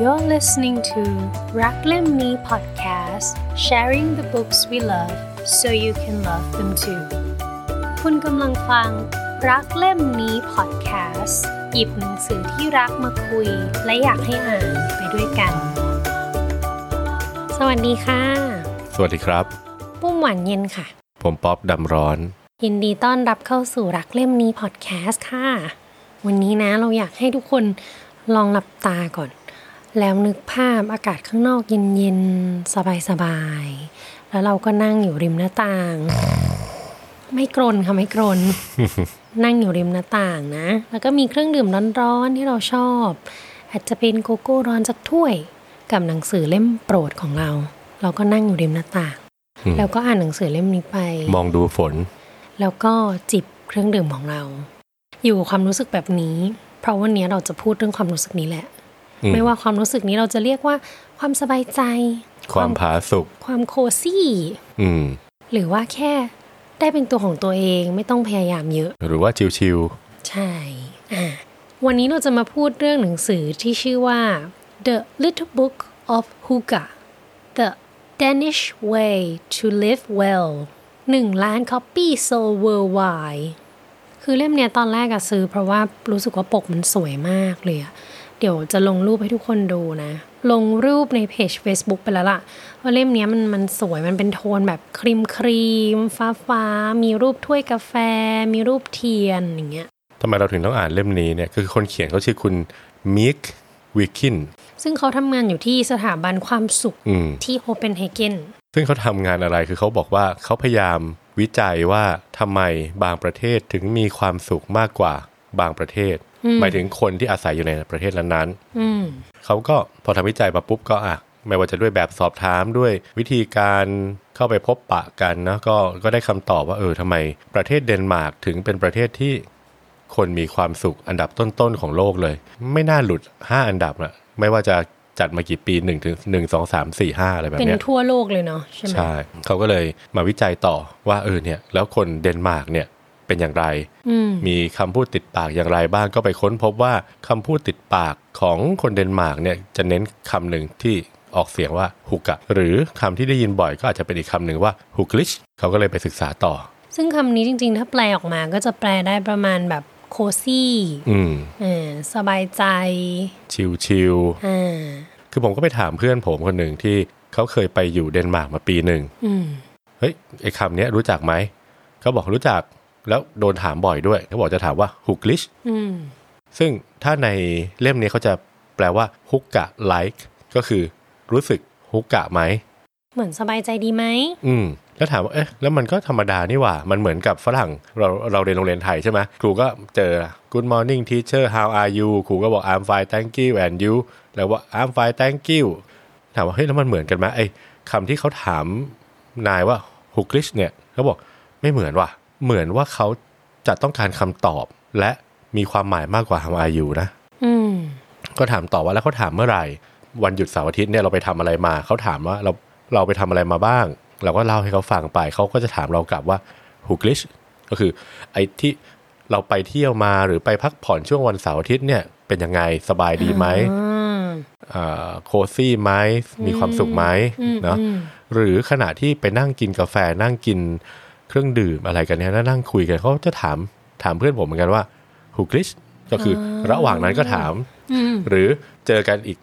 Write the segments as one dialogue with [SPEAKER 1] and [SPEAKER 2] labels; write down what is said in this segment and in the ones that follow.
[SPEAKER 1] You're listening to รักเล่มนี้ podcast sharing the books we love so you can love them too คุณกำลังฟัง รักเล่มนี้ podcast หยิบหนังสือที่รักมาคุย และอยากให้อ่านไปด้วยกัน สวัสดีค่ะ
[SPEAKER 2] สวัสดีครับ
[SPEAKER 1] ปุ้มหวานเย็นค่ะ
[SPEAKER 2] ผมป๊อปดำร้อน
[SPEAKER 1] ยินดีต้อนรับเข้าสู่รักเล่มนี้พอดแคสต์ค่ะ วันนี้นะเราอยากให้ทุกคนลองหลับตาก่อน แล้วนึกภาพอากาศข้างนอกเย็นๆ สบายๆ แล้วเราก็นั่งอยู่ริมหน้าต่าง ไม่กรนค่ะไม่กร น นั่งอยู่ริมหน้าต่างนะ แล้วก็มีเครื่องดื่มร้อนๆที่เราชอบ อาจจะเป็นโกโก้ร้อนสักถ้วย กับหนังสือเล่มโปรดของเรา เราก็นั่งอยู่ริมหน้าต่าง
[SPEAKER 2] อืม
[SPEAKER 1] แล้วก็อ่านหนังสือเล่มนี้ไป
[SPEAKER 2] มองดูฝน
[SPEAKER 1] แล้วก็จิบเครื่องดื่มของเรา อยู่กับความรู้สึกแบบนี้ เพราะวันนี้เราจะพูดเรื่องความรู้สึกนี้แหละ
[SPEAKER 2] อืม
[SPEAKER 1] ไม่ว่าความรู้สึกนี้เราจะเรียกว่าความสบายใจ
[SPEAKER 2] ความผาสุก
[SPEAKER 1] ความโคซี่
[SPEAKER 2] อืม
[SPEAKER 1] หรือว่าแค่ได้เป็นตัวของตัวเองไม่ต้องพยายามเยอะ
[SPEAKER 2] หรือว่าชิว
[SPEAKER 1] ใช่อ่ะวันนี้เราจะมาพูดเรื่องหนังสือที่ชื่อว่า The Little Book of Huga The Danish Way to Live Well 1 ล้าน copy sold worldwide คือเล่มเนี้ยตอนแรกอะซื้อเพราะว่ารู้สึกว่าปกมันสวยมากเลยอะเดี๋ยวจะลงรูปให้ทุกคนดูนะ ลงรูปในเพจ Facebook ไปแล้วล่ะว่าเล่มเนี้ยมันมันสวยมันเป็นโทนแบบครีมครีมฟ้าฟ้าๆมีรูปถ้วยกาแฟ มีรูปเทียนอย่างเงี้ย
[SPEAKER 2] ๆทำไมเราถึงต้องอ่านเล่มนี้เนี่ย คือคนเขียนเขาชื่อคุณมิกวิกิน
[SPEAKER 1] ซึ่งเขาทำงานอยู่ที่สถาบันความสุข
[SPEAKER 2] อืม
[SPEAKER 1] ที่โฮเปนเฮเกน
[SPEAKER 2] ซึ่งเขาทำงานอะไรคือเขาบอกว่าเขาพยายามวิจัยว่าทำไมบางประเทศถึงมีความสุขมากกว่าบางประเทศ หมายถึงคนที่อาศัยอยู่ในประเทศนั้นๆ
[SPEAKER 1] อืม
[SPEAKER 2] เขาก็พอทำวิจัยมาปุ๊บก็อ่ะ ไม่ว่าจะด้วยแบบสอบถามด้วยวิธีการเข้าไปพบปะกันนะก็ก็ได้คำตอบว่าเออทำไมประเทศเดนมาร์กถึงเป็นประเทศที่คนมีความสุขอันดับต้นๆของโลกเลย ไม่น่าหลุด 5 อันดับนะไม่ว่าจะจัดมากี่ปี 1 ถึง 1 2 3 4 5 อะไรแบบ
[SPEAKER 1] เป็น
[SPEAKER 2] เนี้ย
[SPEAKER 1] ทั่วโลกเลยเนาะใช่ไหม
[SPEAKER 2] ใช่ เขาก็เลยมาวิจัยต่อว่าเออเนี่ย แล้วคนเดนมาร์กเนี่ยเป็นอย่างไร
[SPEAKER 1] อืม
[SPEAKER 2] มีคำพูดติดปากอย่างไรบ้างก็ไปค้นพบว่าคำพูดติดปากของคนเดนมาร์กเนี่ยจะเน้นคำหนึ่งที่ออกเสียงว่าฮุกะหรือคำที่ได้ยินบ่อยก็อาจจะเป็นอีกคำหนึ่งว่าฮุกลิชเขาก็เลยไปศึกษาต่อ
[SPEAKER 1] ซึ่งคำนี้จริงๆ ถ้าแปลออกมาก็จะแปลได้ประมาณแบบโคซี่
[SPEAKER 2] อืม
[SPEAKER 1] อ่าสบายใจ
[SPEAKER 2] ชิวชิว
[SPEAKER 1] อ่า
[SPEAKER 2] ๆคือผมก็ไปถามเพื่อนผมคนหนึ่งที่เขาเคยไปอยู่เดนมาร์กมาปีหนึ่ง
[SPEAKER 1] อืม
[SPEAKER 2] เฮ้ยไอ้คำเนี้ยรู้จักไหมเขาบอกรู้จักแล้วโดนถามบ่อยด้วยเขาบอกจะถามว่าฮุกลิช
[SPEAKER 1] อืม
[SPEAKER 2] ซึ่งถ้าในเล่มนี้เขาจะแปลว่าฮุกะไลค์ก็คือรู้สึกฮุกะไหม
[SPEAKER 1] เหมือนสบายใจดีไหม
[SPEAKER 2] อืมแล้วถามว่าเอ๊ะแล้วมันก็ธรรมดานี่หว่า มันเหมือนกับฝรั่งเราเราเรียนโรงเรียนไทยใช่ไหมครูก็เจอ Good morning teacher how are you ครูก็บอก I'm fine thank you and you แล้วว่า I'm fine thank you ถามว่าเฮ้ยแล้วมันเหมือนกันไหมไอ้คำที่เขาถามนายว่า h o o k l i s h เนี่ยเขาบอกไม่เหมือนว่ะ เหมือนว่าเขาจะต้องการคำตอบ และมีความหมายมากกว่า how are you นะ
[SPEAKER 1] อืม
[SPEAKER 2] ก็ถามต่อว่าแล้วเขาถามเมื่อไหร่ วันหยุดเสาร์อาทิตย์เนี่ยเราไปทำอะไรมาเขาถามว่าเราเราไปทำอะไรมาบ้าง เราก็เล่าให้เขาฟังไปเขาก็จะถามเรากลับว่าฮุกลิชก็คือไอ้ที่เราไปเที่ยวมาหรือไปพักผ่อนช่วงวันเสาร์อาทิตย์เนี่ยเป็นยังไงสบายดีไหม
[SPEAKER 1] อืม
[SPEAKER 2] โคซี่ไหมมีความสุขไหมเนาะหรือขณะที่ไปนั่งกินกาแฟนั่งกินเครื่องดื่มอะไรกันเนี่ยแล้วนั่งคุยกันเขาจะถามถามเพื่อนผมเหมือนกันว่าฮุกลิชก็คืออระหว่างนั้นก็ถาม
[SPEAKER 1] อืม
[SPEAKER 2] หรือเจอกันอีก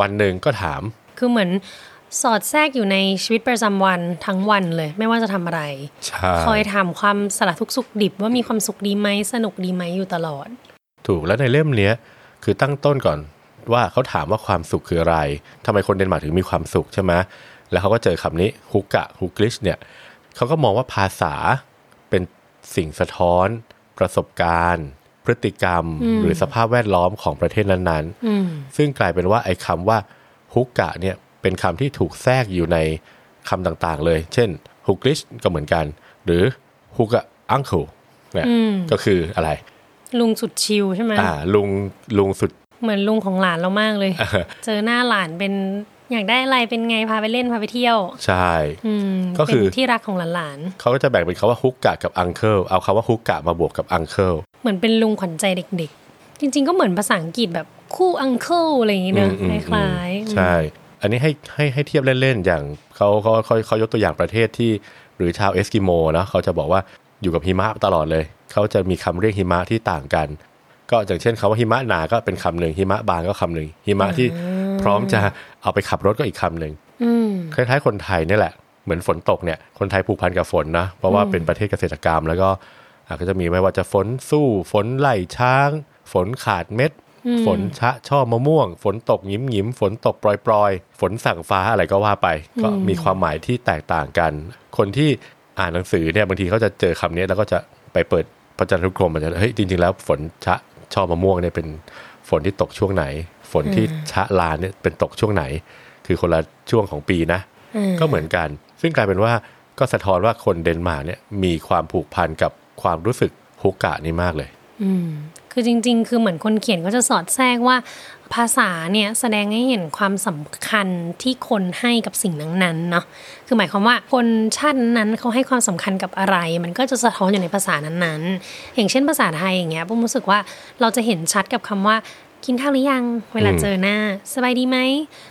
[SPEAKER 2] วันหนึ่งก็ถาม
[SPEAKER 1] คือเหมือนสอดแทรกอยู่ในชีวิตประจำวันทั้งวันเลย ไม่ว่าจะทำอะไร
[SPEAKER 2] ใช่
[SPEAKER 1] คอยถามความสารทุกข์สุขดิบว่ามีความสุขดีไหมสนุกดีไหมอยู่ตลอด
[SPEAKER 2] ถูกแล้วในเล่มเนี้ยคือตั้งต้นก่อนว่าเขาถามว่าความสุขคืออะไรทำไมคนเดนมาร์กถึงมีความสุขใช่ไหมแล้วเขาก็เจอคำนี้ฮุกะฮุกลิชเนี่ยเขาก็มองว่าภาษาเป็นสิ่งสะท้อน ประสบการณ์ พฤติกรรม หรือสภาพแวดล้อมของประเทศนั้นๆ
[SPEAKER 1] อืม
[SPEAKER 2] ซึ่งกลายเป็นว่าไอ้คำว่าฮุกกะเนี่ยเป็นคำที่ถูกแทรกอยู่ในคำต่างๆเลย เช่นฮุกลิชก็เหมือนกัน หรือฮุกะอังคูเนี่ย
[SPEAKER 1] อืม
[SPEAKER 2] ก็คืออะไร
[SPEAKER 1] ลุงสุดชิลใช่ไหม
[SPEAKER 2] อ่าลุงลุงสุด
[SPEAKER 1] เหมือนลุงของหลานเรามากเลย เจอหน้าหลานเป็นอยากได้อะไรเป็นไงพาไปเล่นพาไปเที่ยว
[SPEAKER 2] ใช่
[SPEAKER 1] อืม
[SPEAKER 2] ก็คือ
[SPEAKER 1] เป็นที่รักของหลาน
[SPEAKER 2] เขาก็จะแบ่งเป็นคาว่าฮุกกะกับอังเคิลเอาคาว่าฮุกกะมาบวกกับอังเคิล
[SPEAKER 1] ๆเหมือนเป็นลุงขวัญใจเด็ก ๆ จริง ๆ ก็เหมือนภาษาอังกฤษแบบ คู่อังเคิลอะไรอย่างงี้เนอะ
[SPEAKER 2] อืมอืม
[SPEAKER 1] ค
[SPEAKER 2] อืม
[SPEAKER 1] ล้ายๆ
[SPEAKER 2] ใช่ อันนี้ให้ให้ให้เทียบเล่น ๆ อย่างเขาเขาเขาเขายกตัวอย่างประเทศที่หรือชาวเอสกิโมเนอะเขาจะบอกว่าอยู่กับหิมะตลอดเลย เขาจะมีคำเรียกหิมะที่ต่างกัน ก็อย่างเช่นคำว่าหิมะหนาก็เป็นคำหนึ่งหิมะบางก็คำหนึ่งหิมะที่พร้อมจะเอาไปขับรถก็อีกคำหนึ่ง
[SPEAKER 1] อืม
[SPEAKER 2] คล้ายๆคนไทยนี่แหละ เหมือนฝนตกเนี่ย คนไทยผูกพันกับฝนนะ เพราะว่าเป็นประเทศเกษตรกรรม แล้วก็อ่ะก็จะมีไม่ว่าจะฝนสู้ฝนไล่ช้าง ฝนขาดเม็ด ฝนชะช่อมะม่วง ฝนตกหงิมหงิมๆฝนตกปลอยๆ ฝนสั่งฟ้าอะไรก็ว่าไป ก็มีความหมายที่แตกต่างกัน คนที่อ่านหนังสือเนี่ยบางทีเขาจะเจอคำนี้แล้วก็จะไปเปิดพระจันทรุกรมมันจะเฮ้ยจริงๆแล้วฝนชะช่อมะม่วงเนี่ยเป็นฝนที่ตกช่วงไหน ฝนที่ชะลาเนี่ยเป็นตกช่วงไหน คือคนละช่วงของปีนะ
[SPEAKER 1] อืม
[SPEAKER 2] ก็เหมือนกัน ซึ่งกลายเป็นว่าก็สะท้อนว่าคนเดนมาร์กเนี่ยมีความผูกพันกับความรู้สึกฮุกกะนี่มากเลย
[SPEAKER 1] อืมคือจริง ๆ คือเหมือนคนเขียนก็จะสอดแทรกว่า ภาษาเนี่ยแสดงให้เห็นความสำคัญที่คนให้กับสิ่งนั้นๆเนาะคือหมายความว่าคนชาตินั้นๆเขาให้ความสำคัญกับอะไร มันก็จะสะท้อนอยู่ในภาษานั้นๆ อย่างเช่นภาษาไทยอย่างเงี้ยผมรู้สึกว่าเราจะเห็นชัดกับคำว่า กินข้าวหรือยัง เวลา
[SPEAKER 2] อืม
[SPEAKER 1] เจอหน้า สบายดีไหม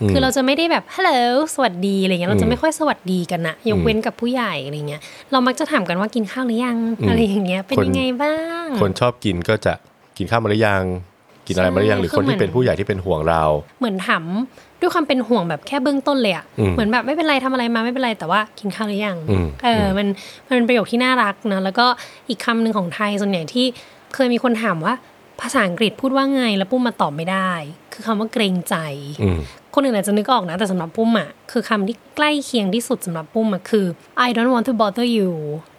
[SPEAKER 2] อืม
[SPEAKER 1] คือเราจะไม่ได้แบบฮัลโหลสวัสดีอะไรเงี้ยเรา
[SPEAKER 2] อื
[SPEAKER 1] จะ
[SPEAKER 2] ม
[SPEAKER 1] ไม่ค่อยสวัสดีกันนะยกเว้นกับผู้ใหญ่อะไรเงี้ยเรามักจะถามกันว่ากินข้าวหรือยังอะไรอย่างเงี้ยเป็นยังไงบ้าง
[SPEAKER 2] คนชอบกินก็จะกินข้าวมาหรือยัง กินอะไรมาหรือยัง
[SPEAKER 1] ใช่
[SPEAKER 2] หรือคน
[SPEAKER 1] คือเห
[SPEAKER 2] ที่
[SPEAKER 1] มือน
[SPEAKER 2] เป็นผู้ใหญ่ที่เป็นห่วงเรา
[SPEAKER 1] เหมือนถามด้วยความเป็นห่วงแบบแค่เบื้องต้นเลยอะ
[SPEAKER 2] อืม
[SPEAKER 1] เหมือนแบบไม่เป็นไรทำอะไรมาไม่เป็นไรแต่ว่ากินข้าวหรือยัง
[SPEAKER 2] อืม
[SPEAKER 1] เอออมันมันเป็นประโยคที่น่ารักนะแล้วก็อีกคำหนึ่งของไทยส่วนใหญ่ที่เคยมีคนถามว่าภาษาอังกฤษพูดว่าไงแล้วปุ้มมาตอบไม่ได้ คือคำว่าเกรงใจ
[SPEAKER 2] อืม
[SPEAKER 1] คนอื่นอาจจะนึกออกนะ แต่สำหรับปุ้มอะคือคำที่ใกล้เคียงที่สุดสำหรับปุ้มอะคือ I don't want to bother you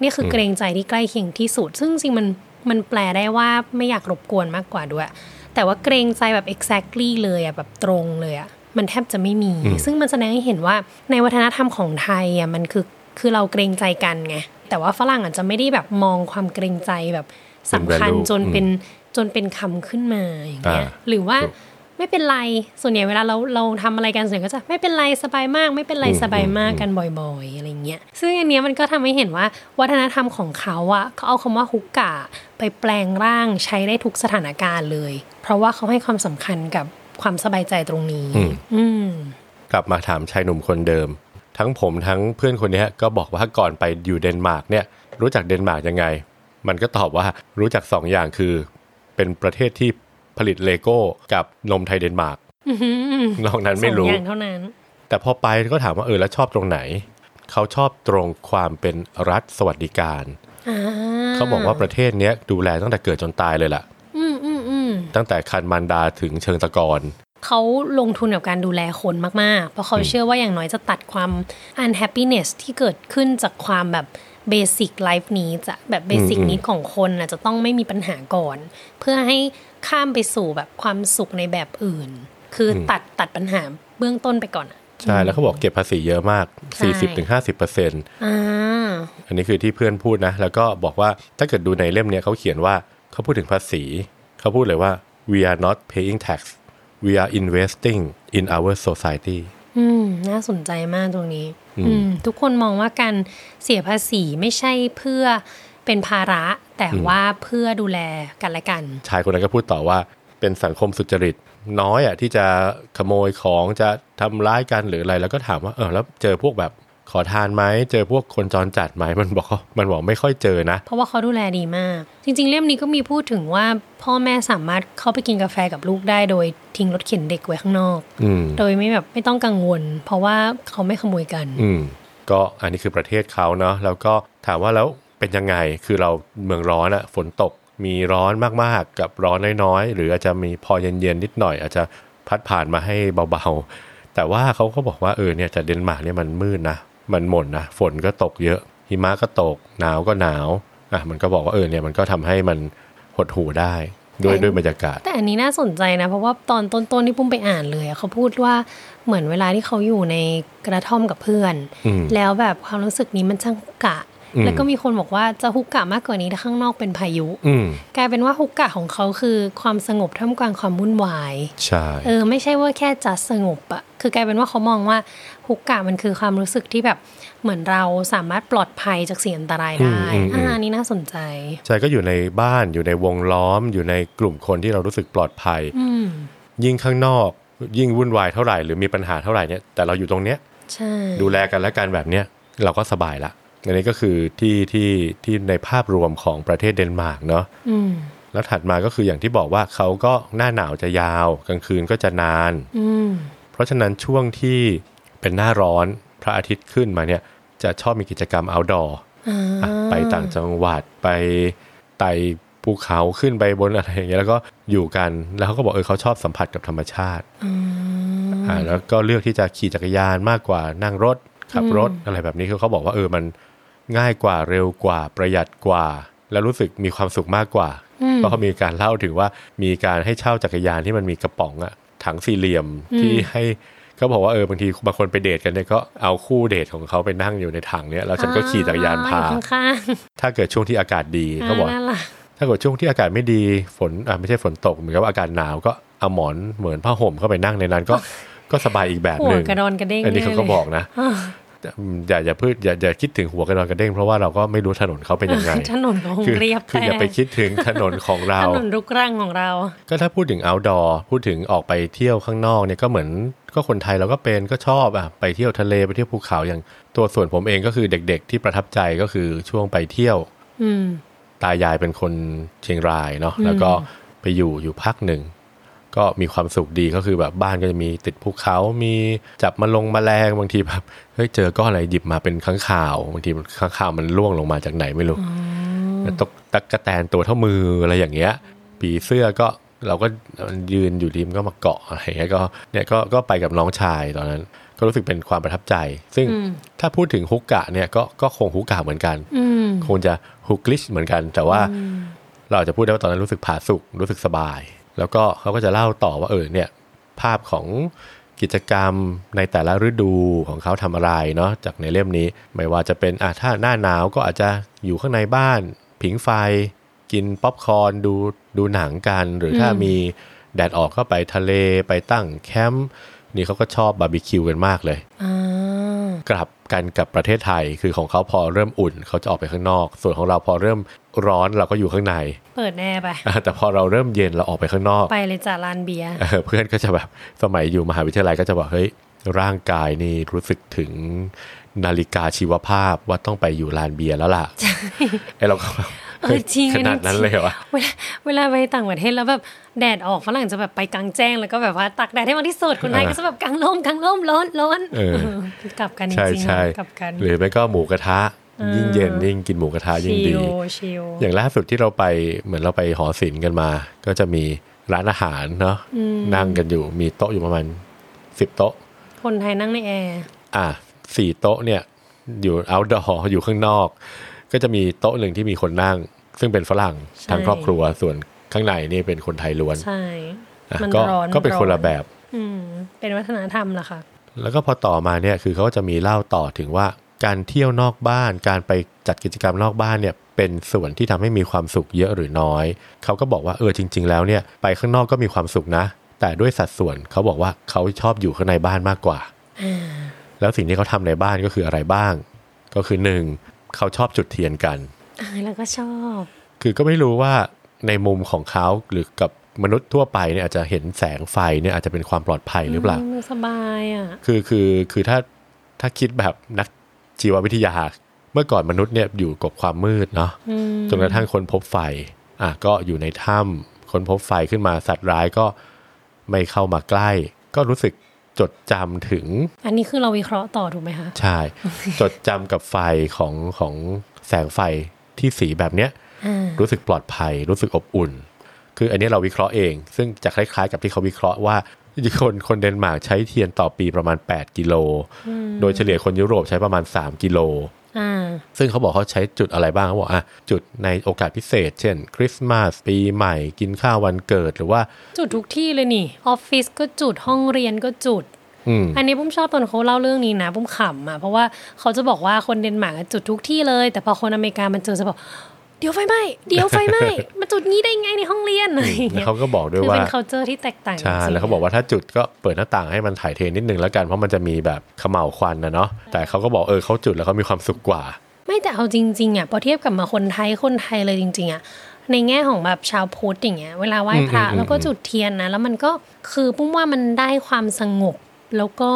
[SPEAKER 1] เนี่ยคือเกรงใจที่ใกล้เคียงที่สุด ซึ่งจริงๆมันมันแปลได้ว่าไม่อยากรบกวนมากกว่าด้วย แต่ว่าเกรงใจแบบ exactly เลยอะแบบตรงเลยอะมันแทบจะไม่มี
[SPEAKER 2] อืม
[SPEAKER 1] ซึ่งมันแสดงให้เห็นว่าในวัฒนธรรมของไทยอะมันคือคือเราเกรงใจกันไงแต่ว่าฝรั่งอาจจะไม่ได้แบบมองความเกรงใจแบบสำคัญจนเป็น จนเป็นคำขึ้นมาอย่างเงี้ย
[SPEAKER 2] อ่า
[SPEAKER 1] หรือว่า
[SPEAKER 2] ถูก
[SPEAKER 1] ไม่เป็นไรส่วนใหญ่เวลาเราเราทำอะไรกันส่วนใหญ่ก็จะไม่เป็นไรสบายมาก ไม่เป็นไร
[SPEAKER 2] อืม
[SPEAKER 1] สบายมาก
[SPEAKER 2] อืม
[SPEAKER 1] กันบ่อยๆอะไรเงี้ยซึ่งอันเนี้ยมันก็ทำให้เห็นว่าวัฒนธรรมของเขาอะเขาเอาคำว่าฮุกกะไปแปลงร่างใช้ได้ทุกสถานการณ์เลย เพราะว่าเขาให้ความสำคัญกับความสบายใจตรงนี้
[SPEAKER 2] อืม
[SPEAKER 1] อืม
[SPEAKER 2] กลับมาถามชายหนุ่มคนเดิม ทั้งผมทั้งเพื่อนคนเนี้ยก็บอกว่าก่อนไปอยู่เดนมาร์กเนี่ยรู้จักเดนมาร์กยังไง มันก็ตอบว่ารู้จักสองอย่างคือ เป็นประเทศที่ผลิตเลโก้กับนมไทยเดนมาร์ก
[SPEAKER 1] อื้อหือน
[SPEAKER 2] อกนั้นไม่รู้
[SPEAKER 1] สองอย่างเท่านั้น
[SPEAKER 2] แต่พอไปก็ถามว่าเออแล้วชอบตรงไหน เขาชอบตรงความเป็นรัฐสวัสดิการ
[SPEAKER 1] อ่า
[SPEAKER 2] เขาบอกว่าประเทศเนี้ยดูแลตั้งแต่เกิดจนตายเลยล่ะ
[SPEAKER 1] อืมอืมอืม
[SPEAKER 2] ตั้งแต่คันมันดาถึงเชิงตะกอน
[SPEAKER 1] เขาลงทุนกับการดูแลคนมาก ๆ เพราะเขาเชื่อว่าอย่างน้อยจะตัดความ unhappiness ที่เกิดขึ้นจากความแบบเบสิกไลฟ์นี้จะแบบเบสิก
[SPEAKER 2] อืมอืม
[SPEAKER 1] นี้ของคนนะจะต้องไม่มีปัญหาก่อน เพื่อให้ข้ามไปสู่แบบความสุขในแบบอื่น คืออตัดตัดปัญหาเบื้องต้นไปก่อนอะ
[SPEAKER 2] ใช่แล้วเขาบอกเก็บภาษีเยอะมาก
[SPEAKER 1] ใช่
[SPEAKER 2] 40-50%อ
[SPEAKER 1] อ่า
[SPEAKER 2] ันนี้คือที่เพื่อนพูดนะ แล้วก็บอกว่าถ้าเกิดดูในเล่มเนี้ยเขาเขียนว่าเขาพูดถึงภาษี เขาพูดเลยว่า we are not paying tax we are investing in our society
[SPEAKER 1] อืมน่าสนใจมากตรงนี้ อืม ทุกคนมองว่าการเสียภาษีไม่ใช่เพื่อเป็นภาระแต่ว่าเพื่อดูแลกันและกัน
[SPEAKER 2] ชายคนนั้นก็พูดต่อว่าเป็นสังคมสุจริต น้อยอ่ะที่จะขโมยของจะทำร้ายกันหรืออะไร แล้วก็ถามว่าเออแล้วเจอพวกแบบขอทานไหมเจอพวกคนจรจัดไหมมันบอกว่ามันบอกไม่ค่อยเจอนะ
[SPEAKER 1] เพราะว่าเขาดูแลดีมาก จริง ๆ เล่มนี้ก็มีพูดถึงว่าพ่อแม่สามารถเข้าไปกินกาแฟกับลูกได้โดยทิ้งรถเข็นเด็กไว้ข้างนอก
[SPEAKER 2] อืม
[SPEAKER 1] โดยไม่แบบไม่ต้องกังวล เพราะว่าเขาไม่ขโมยกัน
[SPEAKER 2] อืมก็อันนี้คือประเทศเขาเนาะแล้วก็ถามว่าแล้วเป็นยังไงคือเราเมืองร้อนอะฝนตกมีร้อนมากๆ กับร้อนน้อยๆ หรืออาจจะมีพอเย็นๆนิดหน่อย อาจจะพัดผ่านมาให้เบาๆ แต่ว่าเขาก็บอกว่าเออเนี่ยจากเดนมาร์กเนี่ยมันมืดนะมันหม่นนะฝนก็ตกเยอะ หิมะก็ตก หนาวก็หนาวอ่ะมันก็บอกว่าเออเนี่ยมันก็ทำให้มันหดหูได้ด้วยด้วยบรรยากาศ
[SPEAKER 1] แต่อันนี้น่าสนใจนะ เพราะว่าตอนต้นๆที่ปุ้มไปอ่านเลยอะเขาพูดว่าเหมือนเวลาที่เขาอยู่ในกระท่อมกับเพื่อน
[SPEAKER 2] อืม
[SPEAKER 1] แล้วแบบความรู้สึกนี้มันช่างฮุกกะ
[SPEAKER 2] อืม
[SPEAKER 1] แล้วก็มีคนบอกว่าจะฮุกกะมากกว่านี้ถ้าข้างนอกเป็นพายุ
[SPEAKER 2] อืม
[SPEAKER 1] กลายเป็นว่าฮุกกะของเขาคือความสงบท่ามกลางความวุ่นวาย
[SPEAKER 2] ใช่
[SPEAKER 1] เออไม่ใช่ว่าแค่จะสงบอะคือกลายเป็นว่าเขามองว่าฮุกกะมันคือความรู้สึกที่แบบเหมือนเราสามารถปลอดภัยจากสิ่งอันตรายได้อ่าอันนี่น่าสนใจ
[SPEAKER 2] ใช่ก็อยู่ในบ้านอยู่ในวงล้อมอยู่ในกลุ่มคนที่เรารู้สึกปลอดภัย
[SPEAKER 1] อืม
[SPEAKER 2] ยิ่งข้างนอก ยิ่งวุ่นวายเท่าไหร่หรือมีปัญหาเท่าไหร่เนี่ยแต่เราอยู่ตรงเนี้ย
[SPEAKER 1] ใช่
[SPEAKER 2] ดูแลกันและกันแบบเนี้ยเราก็สบายละอันนี้ก็คือที่ที่ที่ในภาพรวมของประเทศเดนมาร์กเนาะ
[SPEAKER 1] อืม
[SPEAKER 2] แล้วถัดมาก็คืออย่างที่บอกว่าเขาก็หน้าหนาวจะยาว กลางคืนก็จะนาน
[SPEAKER 1] อืม
[SPEAKER 2] เพราะฉะนั้นช่วงที่เป็นหน้าร้อนพระอาทิตย์ขึ้นมาเนี่ยจะชอบมีกิจกรรม outdoor
[SPEAKER 1] อ่า
[SPEAKER 2] อ่ะไปต่างจังหวัดไปไต่ภูเขาขึ้นไปบนอะไรอย่างเงี้ยแล้วก็อยู่กันแล้วเขาก็บอกเออเขาชอบสัมผัสกับธรรมชาติ
[SPEAKER 1] อืม
[SPEAKER 2] อ่าแล้วก็เลือกที่จะขี่จักรยานมากกว่านั่งรถขับรถ
[SPEAKER 1] อืม
[SPEAKER 2] อะไรแบบนี้คือเขาบอกว่าเออมันง่ายกว่าเร็วกว่าประหยัดกว่า แล้วรู้สึกมีความสุขมากกว่า
[SPEAKER 1] อืม
[SPEAKER 2] เพราะเขามีการเล่าถึงว่ามีการให้เช่าจักรยานที่มันมีกระป๋องอะถังสี่เหลี่ยม
[SPEAKER 1] อืม
[SPEAKER 2] ที่ให้เขาบอกว่าเออบางทีบางคนไปเดทกันเนี่ยก็เอาคู่เดทของเขาไปนั่งอยู่ในถังเนี่ยแล้วฉันก็ขี่จักรยานพา
[SPEAKER 1] อ่อยู่ข้าง
[SPEAKER 2] ถ้าเกิดช่วงที่อากาศดี
[SPEAKER 1] ๆ
[SPEAKER 2] เขาบอก
[SPEAKER 1] น่ารัก
[SPEAKER 2] ถ้าเกิดช่วงที่อากาศไม่ดีฝนอ่ะไม่ใช่ฝนตกเหมือนกับว่าอากาศหนาวก็เอาหมอนเหมือนผ้าห่มเข้าไปนั่งในนั้นก็ก็สบายอีกแบบ
[SPEAKER 1] หั
[SPEAKER 2] ห
[SPEAKER 1] ว
[SPEAKER 2] นึ่ง
[SPEAKER 1] กระดอนกระเด้ง
[SPEAKER 2] อันนี้เขาก็
[SPEAKER 1] ลย
[SPEAKER 2] บอกนะ
[SPEAKER 1] อ่า
[SPEAKER 2] อย่าอย่าพูดอย่าอย่าคิดถึงหัวกระดอนกระเด้งเพราะว่าเราก็ไม่รู้ถนนเขาเป็นยังไง
[SPEAKER 1] ถนนก็คง
[SPEAKER 2] คื
[SPEAKER 1] เรียบ
[SPEAKER 2] คืออย่าไป
[SPEAKER 1] แต่
[SPEAKER 2] คิดถึงถนนของเรา
[SPEAKER 1] ถนนรุกรังของเรา
[SPEAKER 2] ก็ถ้าพูดถึง outdoor พูดถึงออกไปเที่ยวข้างนอกเนี่ยก็เหมือนก็คนไทยเราก็เป็นก็ชอบอ่ะไปเที่ยวทะเลไปเที่ยวภูเขาอย่างตัวส่วนผมเองก็คือเด็ก ๆ ที่ประทับใจก็คือช่วงไปเที่ยว
[SPEAKER 1] อืม
[SPEAKER 2] ตายายเป็นคนเชียงรายเนาะ
[SPEAKER 1] อืม
[SPEAKER 2] แล้วก็ไปอยู่อยู่พักหนึ่ง ก็มีความสุขดีก็คือแบบบ้านก็จะมีติดภูเขามีจับมาลงแมลงบางทีแบบเฮ้ยเจอก้อนอะไรหยิบมาเป็นข้างข่าวบางทีมันข้างข่าวมันล่วงลงมาจากไหนไม่รู้แล้วตกตะกะแตนตัวเท่ามืออะไรอย่างเงี้ยปีเสื้อก็เราก็ยืนอยู่ริมก็มาเกาะอะไรอย่างเงี้ยก็เนี่ยก็ก็ไปกับน้องชายตอนนั้น ก็รู้สึกเป็นความประทับใจ ซึ่ง
[SPEAKER 1] อืม
[SPEAKER 2] ถ้าพูดถึงฮุกกะเนี่ยก็ก็คงฮุกกะเหมือนกัน
[SPEAKER 1] อืม
[SPEAKER 2] คงจะฮุกลิชเหมือนกัน แต่ว่า
[SPEAKER 1] อืม
[SPEAKER 2] เราอาจจะพูดได้ว่าตอนนั้นรู้สึกผาสุกรู้สึกสบาย แล้วก็เขาก็จะเล่าต่อว่าเออเนี่ยภาพของกิจกรรมในแต่ละฤดูของเขาทำอะไรเนาะจากในเล่มนี้ ไม่ว่าจะเป็นอ่ะถ้าหน้าหนาวก็อาจจะอยู่ข้างในบ้าน ผิงไฟ กินป๊อปคอร์นดูดูหนังกัน หรือถ้ามีแดดออกก็ไปทะเลไปตั้งแคมป์นี่เขาก็ชอบบาร์บีคิวกันมากเลย
[SPEAKER 1] อ่าก
[SPEAKER 2] ลับกันกับประเทศไทยคือของเขาพอเริ่มอุ่นเขาจะออกไปข้างนอก ส่วนของเราพอเริ่มร้อนเราก็อยู่ข้างใน
[SPEAKER 1] เปิดแอร์ไป
[SPEAKER 2] แต่พอเราเริ่มเย็นเราออกไปข้างนอก
[SPEAKER 1] ไปเลยจ้ะร้านเบียร์
[SPEAKER 2] เออเพื่อนก็จะแบบสมัยอยู่มหาวิทยาลัยก็จะบอกเฮ้ยร่างกายนี่รู้สึกถึงนาฬิกาชีวภาพว่าต้องไปอยู่ลานเบียร์แล้วล่ะไอเราก็แบบ
[SPEAKER 1] เออจริง
[SPEAKER 2] ขนาดนั้นเลยเหรอวะ
[SPEAKER 1] เวลาเวลาไปต่างประเทศแล้วแบบแดดออกฝรั่งจะแบบไปกลางแจ้งแล้วก็แบบว่าตักแดดให้มากที่สุดคนไทย
[SPEAKER 2] เออ
[SPEAKER 1] ก็จะแบบกลางร่มกลางร่มร้อนร้อน
[SPEAKER 2] เออ
[SPEAKER 1] เออกลับกันจ
[SPEAKER 2] ใช่
[SPEAKER 1] ริงๆ
[SPEAKER 2] ใช่
[SPEAKER 1] กลับกัน
[SPEAKER 2] หรือไม่ก็หมูกระทะ ยิ่งเย็นยิ่งกินหมูกระทะยิ่งดี
[SPEAKER 1] ชิลชิล
[SPEAKER 2] อย่างล่าสุดที่เราไปเหมือนเราไปหอศิลป์กันมา ก็จะมีร้านอาหารเนาะนั่งกันอยู่มีโต๊ะอยู่ประมาณสิบโต๊ะ
[SPEAKER 1] คนไทยนั่งในแอร์
[SPEAKER 2] อ่ะสี่โต๊ะเนี่ยอยู่ outdoor อยู่ข้างนอก ก็จะมีโต๊ะหนึ่งที่มีคนนั่ง ซึ่งเป็นฝรั่ง
[SPEAKER 1] ใช่
[SPEAKER 2] ทั้งครอบครัวส่วนข้างในนี่เป็นคนไทยล้วน
[SPEAKER 1] ใช่
[SPEAKER 2] อ่ะ
[SPEAKER 1] มัน
[SPEAKER 2] ก็
[SPEAKER 1] ร้อน
[SPEAKER 2] ก็เป็นคนละแบบ
[SPEAKER 1] อืม เป็นวัฒนธรรมล่ะค่ะ
[SPEAKER 2] แล้วก็พอต่อมาเนี่ยคือเขาก็จะมีเล่าต่อถึงว่าการเที่ยวนอกบ้าน การไปจัดกิจกรรมนอกบ้านเนี่ยเป็นส่วนที่ทำให้มีความสุขเยอะหรือน้อย เขาก็บอกว่าเออจริง ๆ แล้วเนี่ยไปข้างนอกก็มีความสุขนะ แต่ด้วยสัดส่วนเขาบอกว่าเขาชอบอยู่ข้างในบ้านมากกว่า แล้วสิ่งที่เขาทำในบ้านก็คืออะไรบ้าง ก็คือหนึ่งเขาชอบจุดเทียนกัน
[SPEAKER 1] อ่าแล้วก็ชอบ
[SPEAKER 2] คือก็ไม่รู้ว่าในมุมของเขาหรือกับมนุษย์ทั่วไปเนี่ยอาจจะเห็นแสงไฟเนี่ยอาจจะเป็นความปลอดภัยหรือเปล่า
[SPEAKER 1] มสบายอ่ะ
[SPEAKER 2] คือคือคือถ้าถ้าคิดแบบนักชีววิทยา เมื่อก่อนมนุษย์เนี่ยอยู่กับความมืดเนาะ
[SPEAKER 1] อืม
[SPEAKER 2] จนกระทั่งคนพบไฟอ่ะก็อยู่ในถ้ำคนพบไฟขึ้นมาสัตว์ร้ายก็ไม่เข้ามาใกล้ ก็รู้สึกจดจำถึง
[SPEAKER 1] อันนี้คือเราวิเคราะห์ต่อถูกไหมคะ
[SPEAKER 2] ใช่ จดจำกับไฟของของแสงไฟที่สีแบบเนี้ย
[SPEAKER 1] อ่า
[SPEAKER 2] รู้สึกปลอดภัย รู้สึกอบอุ่น คืออันนี้เราวิเคราะห์เอง ซึ่งจะคล้ายๆ กับที่เขาวิเคราะห์ว่าคนคนเดนมาร์กใช้เทียนต่อปีประมาณ 8 กิโล โดยเฉลี่ยคนยุโรปใช้ประมาณ 3 กิโล
[SPEAKER 1] อ่า
[SPEAKER 2] ซึ่งเขาบอกเขาใช้จุดอะไรบ้างเขาบอกอ่ะจุดในโอกาสพิเศษ เช่น คริสต์มาสปีใหม่กินข้าววันเกิดหรือ ว่า
[SPEAKER 1] จุดทุกที่เลยนี่ ออฟฟิศก็จุด ห้องเรียนก็จุด
[SPEAKER 2] อืม
[SPEAKER 1] อันนี้ผมชอบตอนเขาเล่าเรื่องนี้นะผมขำอ่ะ เพราะว่าเขาจะบอกว่าคนเดนมาร์กจุดทุกที่เลย แต่พอคนอเมริกามันเจอจะบอก เดี๋ยวไฟไหม้ เดี๋ยวไฟ ไหม้ มาจุดงี้ได้ไงในห้องเรียนอะไรอย่าง
[SPEAKER 2] แล้
[SPEAKER 1] เงี้
[SPEAKER 2] วย เขาก็บอกด้วย
[SPEAKER 1] คือ
[SPEAKER 2] ว่า
[SPEAKER 1] เป็น culture ที่แตกต่าง
[SPEAKER 2] ใช่
[SPEAKER 1] จริงๆ
[SPEAKER 2] แล้วเขาบอกว่าถ้าจุดก็เปิดหน้าต่างให้มันถ่ายเทนิดนึงแล้วกันเพราะมันจะมีแบบเขม่าวควันนะเนาะแต่เขาก็บอกเออเขาจุดแล้วเขามีความสุขกว่า
[SPEAKER 1] ไม่แต่เอาจริงๆอ่ะพอเทียบกับมาคนไทยคนไทยเลยจริง ๆอ่ะ ในแง่ของแบบชาวพุทธอย่างเงี้ยเวลาไหว้พระ
[SPEAKER 2] อืมอืมอืม
[SPEAKER 1] แล้วก็จุดเทียนนะแล้วมันก็คือปุ้มว่ามันได้ความสงบ แล้วก็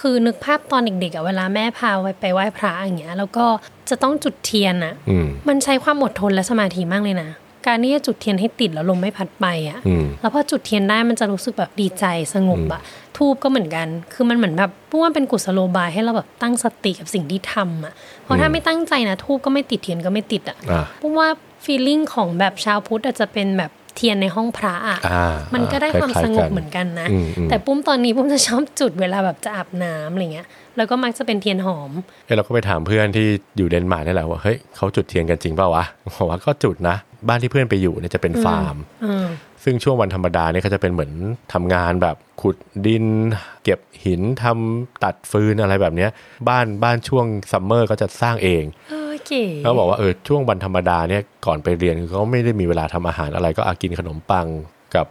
[SPEAKER 1] คือนึกภาพตอนเด็กๆอะเวลาแม่พาไปไปไหว้พระอย่างเงี้ยแล้วก็จะต้องจุดเทียนอะ
[SPEAKER 2] อืม
[SPEAKER 1] มันใช้ความอดทนและสมาธิมากเลยนะ การที่จะจุดเทียนให้ติดแล้วลมไม่พัดไปอะ่ะ
[SPEAKER 2] อืม
[SPEAKER 1] แล้วพอจุดเทียนได้มันจะรู้สึกแบบดีใจสงบอะ่ะ ทูบก็เหมือนกัน คือมันเหมือนแบบพวกมันเป็นกุศโลบายให้เราแบบตั้งสติกับสิ่งที่ทำอะ่ะ เพราะถ้าไม่ตั้งใจนะทูบก็ไม่ติดเทียนก็ไม่ติดอะ่ะ
[SPEAKER 2] อ่า
[SPEAKER 1] พวกว่าฟีลลิ่งของแบบชาวพุทธอาจจะเป็นแบบเทียนในห้องพระอ่ะ
[SPEAKER 2] อ่ามั
[SPEAKER 1] มันก็ได้ความสงบเหมือนกันนะ
[SPEAKER 2] อืมอืม
[SPEAKER 1] แต่ปุ้มตอนนี้ปุ้มจะชอบจุดเวลาแบบจะอาบน้ำอะไรเงี้ย แล้วก็มักจะเป็นเทียนหอม
[SPEAKER 2] เอ้ยเราก็ไปถามเพื่อนที่อยู่เดนมาร์กนี่แหละว่าเฮ้ยเขาจุดเทียนกันจริงเปล่าวะบอกว่าก็จุดนะ บ้านที่เพื่อนไปอยู่เนี่ยจะเป็นฟาร์ม
[SPEAKER 1] อืม
[SPEAKER 2] ซึ่งช่วงวันธรรมดาเนี่ยเขาจะเป็นเหมือนทำงานแบบขุดดิน เก็บหินทำตัดฟืนอะไรแบบเนี้ย บ้านบ้านช่วงซัมเมอร์ก็จะสร้างเอง
[SPEAKER 1] เออเก๋
[SPEAKER 2] เขาบอกว่าเออช่วงวันธรรมดาเนี่ยก่อนไปเรียนคือเขาไม่ได้มีเวลาทำอาหารอะไรก็อากินขนมปังกับ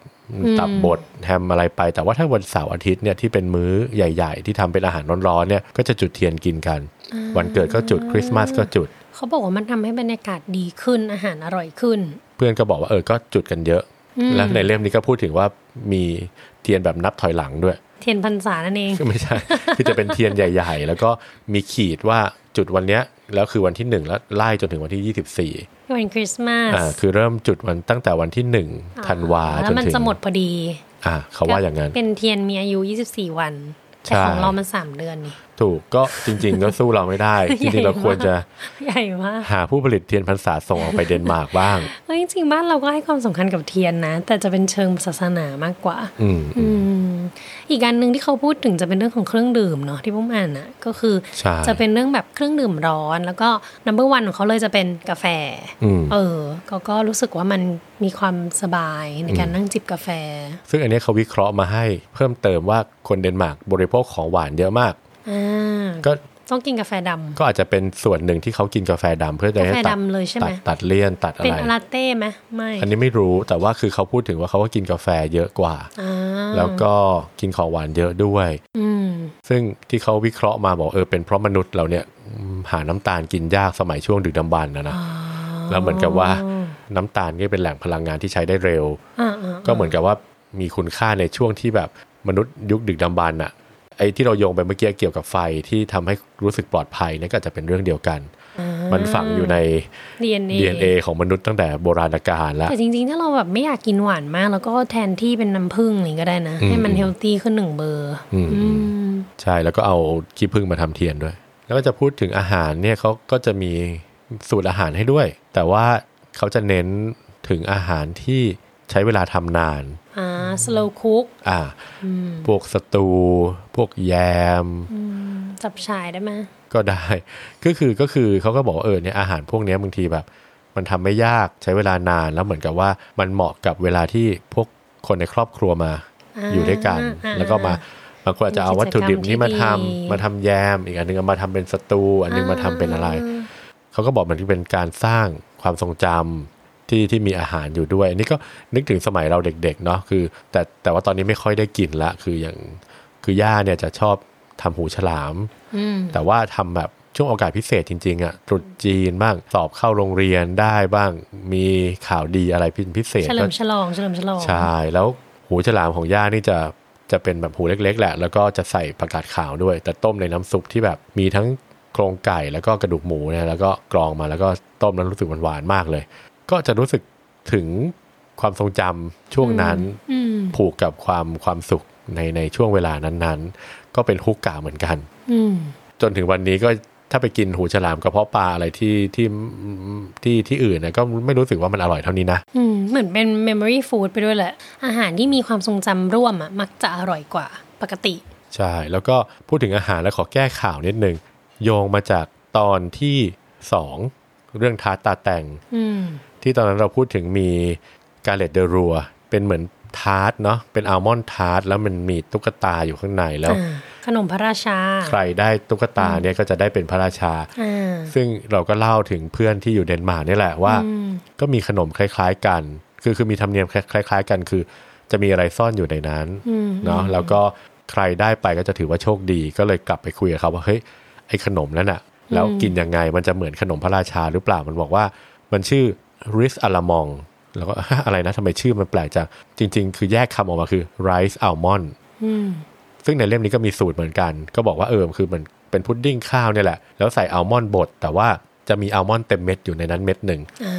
[SPEAKER 2] ตับบดแฮมอะไรไป แต่ว่าถ้าวันเสาร์อาทิตย์เนี่ยที่เป็นมื้อใหญ่ ๆ ที่ทำเป็นอาหารร้อนๆเนี่ยก็จะจุดเทียนกินกัน วันเกิดก็จุดคริสต์มาสก็จุด
[SPEAKER 1] เขาบอกว่ามันทำให้บรรยากาศดีขึ้นอาหารอร่อยขึ้น
[SPEAKER 2] เพื่อนก็บอกว่าเออก็จุดกันเยอะ แล้วในเล่มนี้ก็พูดถึงว่ามีเทียนแบบนับถอยหลังด้วย
[SPEAKER 1] เทียนพรรษานั่นเอง
[SPEAKER 2] ไม่ใช่ คือจะเป็นเทียนใหญ่ ๆ แล้วก็มีขีดว่าจุดวันเนี้ยแล้วคือวันที่หนึ่งแล้วไล่จนถึงวันที่ยี่สิบสี่
[SPEAKER 1] วันคริสต์มาส
[SPEAKER 2] อ่าคือเริ่มจุดวันตั้งแต่วันที่หนึ่งธันวา
[SPEAKER 1] แล้
[SPEAKER 2] จ
[SPEAKER 1] วน มัน
[SPEAKER 2] ถึง
[SPEAKER 1] จะหมดพอดี
[SPEAKER 2] อ่าเขาว่าอย่างนั้น
[SPEAKER 1] เป็นเทียนมีอายุ 24 วัน
[SPEAKER 2] ใช่
[SPEAKER 1] แต่ของเรามันสามเดือนนี่
[SPEAKER 2] ถูกก็จริง ๆ ก็สู้เราไม่ได้ จริง ๆ เราควรจะ
[SPEAKER 1] ใหญ่มาก
[SPEAKER 2] หาผู้ผลิตเทียนพรรษาส่งออกไปเดน มาร์กบ้าง
[SPEAKER 1] เอ้ยจริงๆบ้านเราก็ให้ความสำคัญกับเทียนนะ แต่จะเป็นเชิงศาสนามากกว่า
[SPEAKER 2] อืมอืม
[SPEAKER 1] อืมอีกอันหนึ่งที่เขาพูดถึงจะเป็นเรื่องของเครื่องดื่มเนาะที่ผมอ่านนะก็คือ
[SPEAKER 2] ใช่
[SPEAKER 1] จะเป็นเรื่องแบบเครื่องดื่มร้อน แล้วก็นัมเบอร์วันของเขาเลยจะเป็นกาแฟ
[SPEAKER 2] อืม
[SPEAKER 1] เออก็ก็รู้สึกว่ามันมีความสบายในการนั่งจิบกาแฟ
[SPEAKER 2] ซึ่งอันเนี้ยเขาวิเคราะห์มาให้เพิ่มเติมว่าคนเดนมาร์กบริโภคของหวานเยอะมาก
[SPEAKER 1] อ่า
[SPEAKER 2] ก็
[SPEAKER 1] ต้องกินกาแฟดำ
[SPEAKER 2] ก็อาจจะเป็นส่วนหนึ่งที่เขากินกาแฟดำเพื่อจะให้ตั
[SPEAKER 1] กาแฟดำเลยใช่ไหม
[SPEAKER 2] ตัดตัดเลี่ยนตัดอะ
[SPEAKER 1] เป็น
[SPEAKER 2] ไร
[SPEAKER 1] ลาเต้ไหมไม่
[SPEAKER 2] อันนี้ไม่รู้แต่ว่าคือเขาพูดถึงว่าเขาก็กินกาแฟเยอะกว่า
[SPEAKER 1] อ่า
[SPEAKER 2] แล้วก็กินของหวานเยอะด้วย
[SPEAKER 1] อืม
[SPEAKER 2] ซึ่งที่เขาวิเคราะห์มาบอกเออเป็นเพราะมนุษย์เราเนี่ยอืมหาน้ำตาลกินยากสมัยช่วงดึกดำบรรพ์นะนะแล้วเหมือนกับว่าน้ำตาลก็เป็นแหล่งพลังงานที่ใช้ได้เร็ว
[SPEAKER 1] อ่าๆ
[SPEAKER 2] ก็เหมือนกับว่ามีคุณค่าในช่วงที่แบบมนุษย์ยุคดึกดำบรรพ์อะไอ้ที่เราโยงไปเมื่อกี้เกี่ยวกับไฟที่ทำให้รู้สึกปลอดภัยเนี่ยก็อาจจะเป็นเรื่องเดียวกัน มันฝังอยู่ใน
[SPEAKER 1] ดีเอ็น
[SPEAKER 2] DNA ของมนุษย์ตั้งแต่โบราณกาลแล้ว
[SPEAKER 1] แต่จริงๆ ถ้าเราแบบไม่อยากกินหวานมาก แล้วก็แทนที่เป็นน้ำผึ้งนี่ก็ได้นะ ให้มันเฮลตี้ขึ้นหนึ่งเบอร์อืม
[SPEAKER 2] ใช่แล้วก็เอาขี้ผึ้งมาทำเทียนด้วย แล้วก็จะพูดถึงอาหารเนี่ยเขาก็จะมีสูตรอาหารให้ด้วย แต่ว่าเขาจะเน้นถึงอาหารที่ใช้เวลาทำนาน
[SPEAKER 1] อ่าสโลคุก
[SPEAKER 2] อ่า พวกสตู พวกแยม
[SPEAKER 1] จับฉายได้ไหม
[SPEAKER 2] ก็ได้ ก็คือก็คือเขาก็บอกว่าเออเนี่ยอาหารพวกเนี้ยบางทีแบบ มันทำไม่ยากใช้เวลานานแล้วเหมือนกับว่ามันเหมาะกับเวลาที่พวกคนในครอบครัวมา
[SPEAKER 1] า
[SPEAKER 2] อยู่ด้วยกัน
[SPEAKER 1] อ่า
[SPEAKER 2] แล้วก็มาบางคนอาจจะเอาวัตถุดิบนี้มาทำมาทำแยม อีกอันหนึงเอามาทำเป็นสตูอันหนึงมาทำเป็นอะไร เขาก็บอกมันเป็นการสร้างความทรงจำที่ที่มีอาหารอยู่ด้วย อันนี้ก็นึกถึงสมัยเราเด็กๆเนาะคือ แต่แต่ว่าตอนนี้ไม่ค่อยได้กินละ คืออย่างคือย่าเนี่ยจะชอบทำหูฉลาม
[SPEAKER 1] อืม
[SPEAKER 2] แต่ว่าทำแบบช่วงโอกาสพิเศษจริงๆอะ่ะตรุษจีนบ้างสอบเข้าโรงเรียนได้บ้างมีข่าวดีอะไรพิเศษ
[SPEAKER 1] เฉลิ
[SPEAKER 2] ก็
[SPEAKER 1] มฉลองเฉลิมฉลอง
[SPEAKER 2] ใช่ แล้วหูฉลามของย่านี่จะจะเป็นแบบหูเล็ก ๆ แหละ แล้วก็จะใส่ผักกาดขาวด้วย แต่ต้มในน้ำซุปที่แบบมีทั้งโครงไก่แล้วก็กระดูกหมูเนยแล้วก็กรองมาแล้วก็ต้มแล้วรู้สึกหวานๆมากเลย ก็จะรู้สึกถึงความทรงจำช่วงนั้น
[SPEAKER 1] อืม
[SPEAKER 2] ผูกกับความความสุขในในช่วงเวลานั้นๆ ก็เป็นฮุกกาเหมือนกัน
[SPEAKER 1] อืม
[SPEAKER 2] จนถึงวันนี้ก็ถ้าไปกินหูฉลามกระเพาะปลาอะไรที่ที่ที่ที่อื่นนะก็ไม่รู้สึกว่ามันอร่อยเท่านี้นะ
[SPEAKER 1] อืมเหมือนเป็น memory food ไปด้วยแหละ อาหารที่มีความทรงจำร่วมอะมักจะอร่อยกว่าปกติ
[SPEAKER 2] ใช่ แล้วก็พูดถึงอาหารแล้วขอแก้ข่าวนิดนึง โยงมาจากตอนที่ 2 เรื่องท้าตาแต่ง
[SPEAKER 1] อืม
[SPEAKER 2] ที่ตอนนั้นเราพูดถึงมีกาเลตเดอรัว เป็นเหมือนทาร์ตเนาะเป็นอัลมอนด์ทาร์ตแล้วมันมีตุ๊กตาอยู่ข้างในแล้ว
[SPEAKER 1] อ่า ขนมพระราชา
[SPEAKER 2] ใครได้ตุ๊กตาเนี่ยก็จะได้เป็นพระราชา
[SPEAKER 1] อ่า
[SPEAKER 2] ซึ่งเราก็เล่าถึงเพื่อนที่อยู่เดนมาร์กนี่แหละว่า
[SPEAKER 1] อืม
[SPEAKER 2] ก็มีขนมคล้ายๆกัน คือคือมีธรรมเนียมคล้ายๆกัน คือจะมีอะไรซ่อนอยู่ในนั้น
[SPEAKER 1] อืม
[SPEAKER 2] เนาะ แล้วก็ใครได้ไปก็จะถือว่าโชคดี ก็เลยกลับไปคุยกับเขาว่าเฮ้ยไอ้ขนมนั้นอะแล้วกินยังไงมันจะเหมือนขนมพระราชาหรือเปล่า มันบอกว่ามันชื่อริสอลามอง แล้วก็ อะไรนะทำไมชื่อมันแปลกจังจริง ๆ คือแยกคำออกมาคือ rice almond
[SPEAKER 1] อืม
[SPEAKER 2] ซึ่งในเล่มนี้ก็มีสูตรเหมือนกัน ก็บอกว่าเออคือมันเป็นพุดดิ้งข้าวเนี่ยแหละ แล้วใส่อัลมอนด์บดแต่ว่าจะมีอัลมอนด์เต็มเม็ดอยู่ในนั้นเม็ดหนึ่ง
[SPEAKER 1] อ่า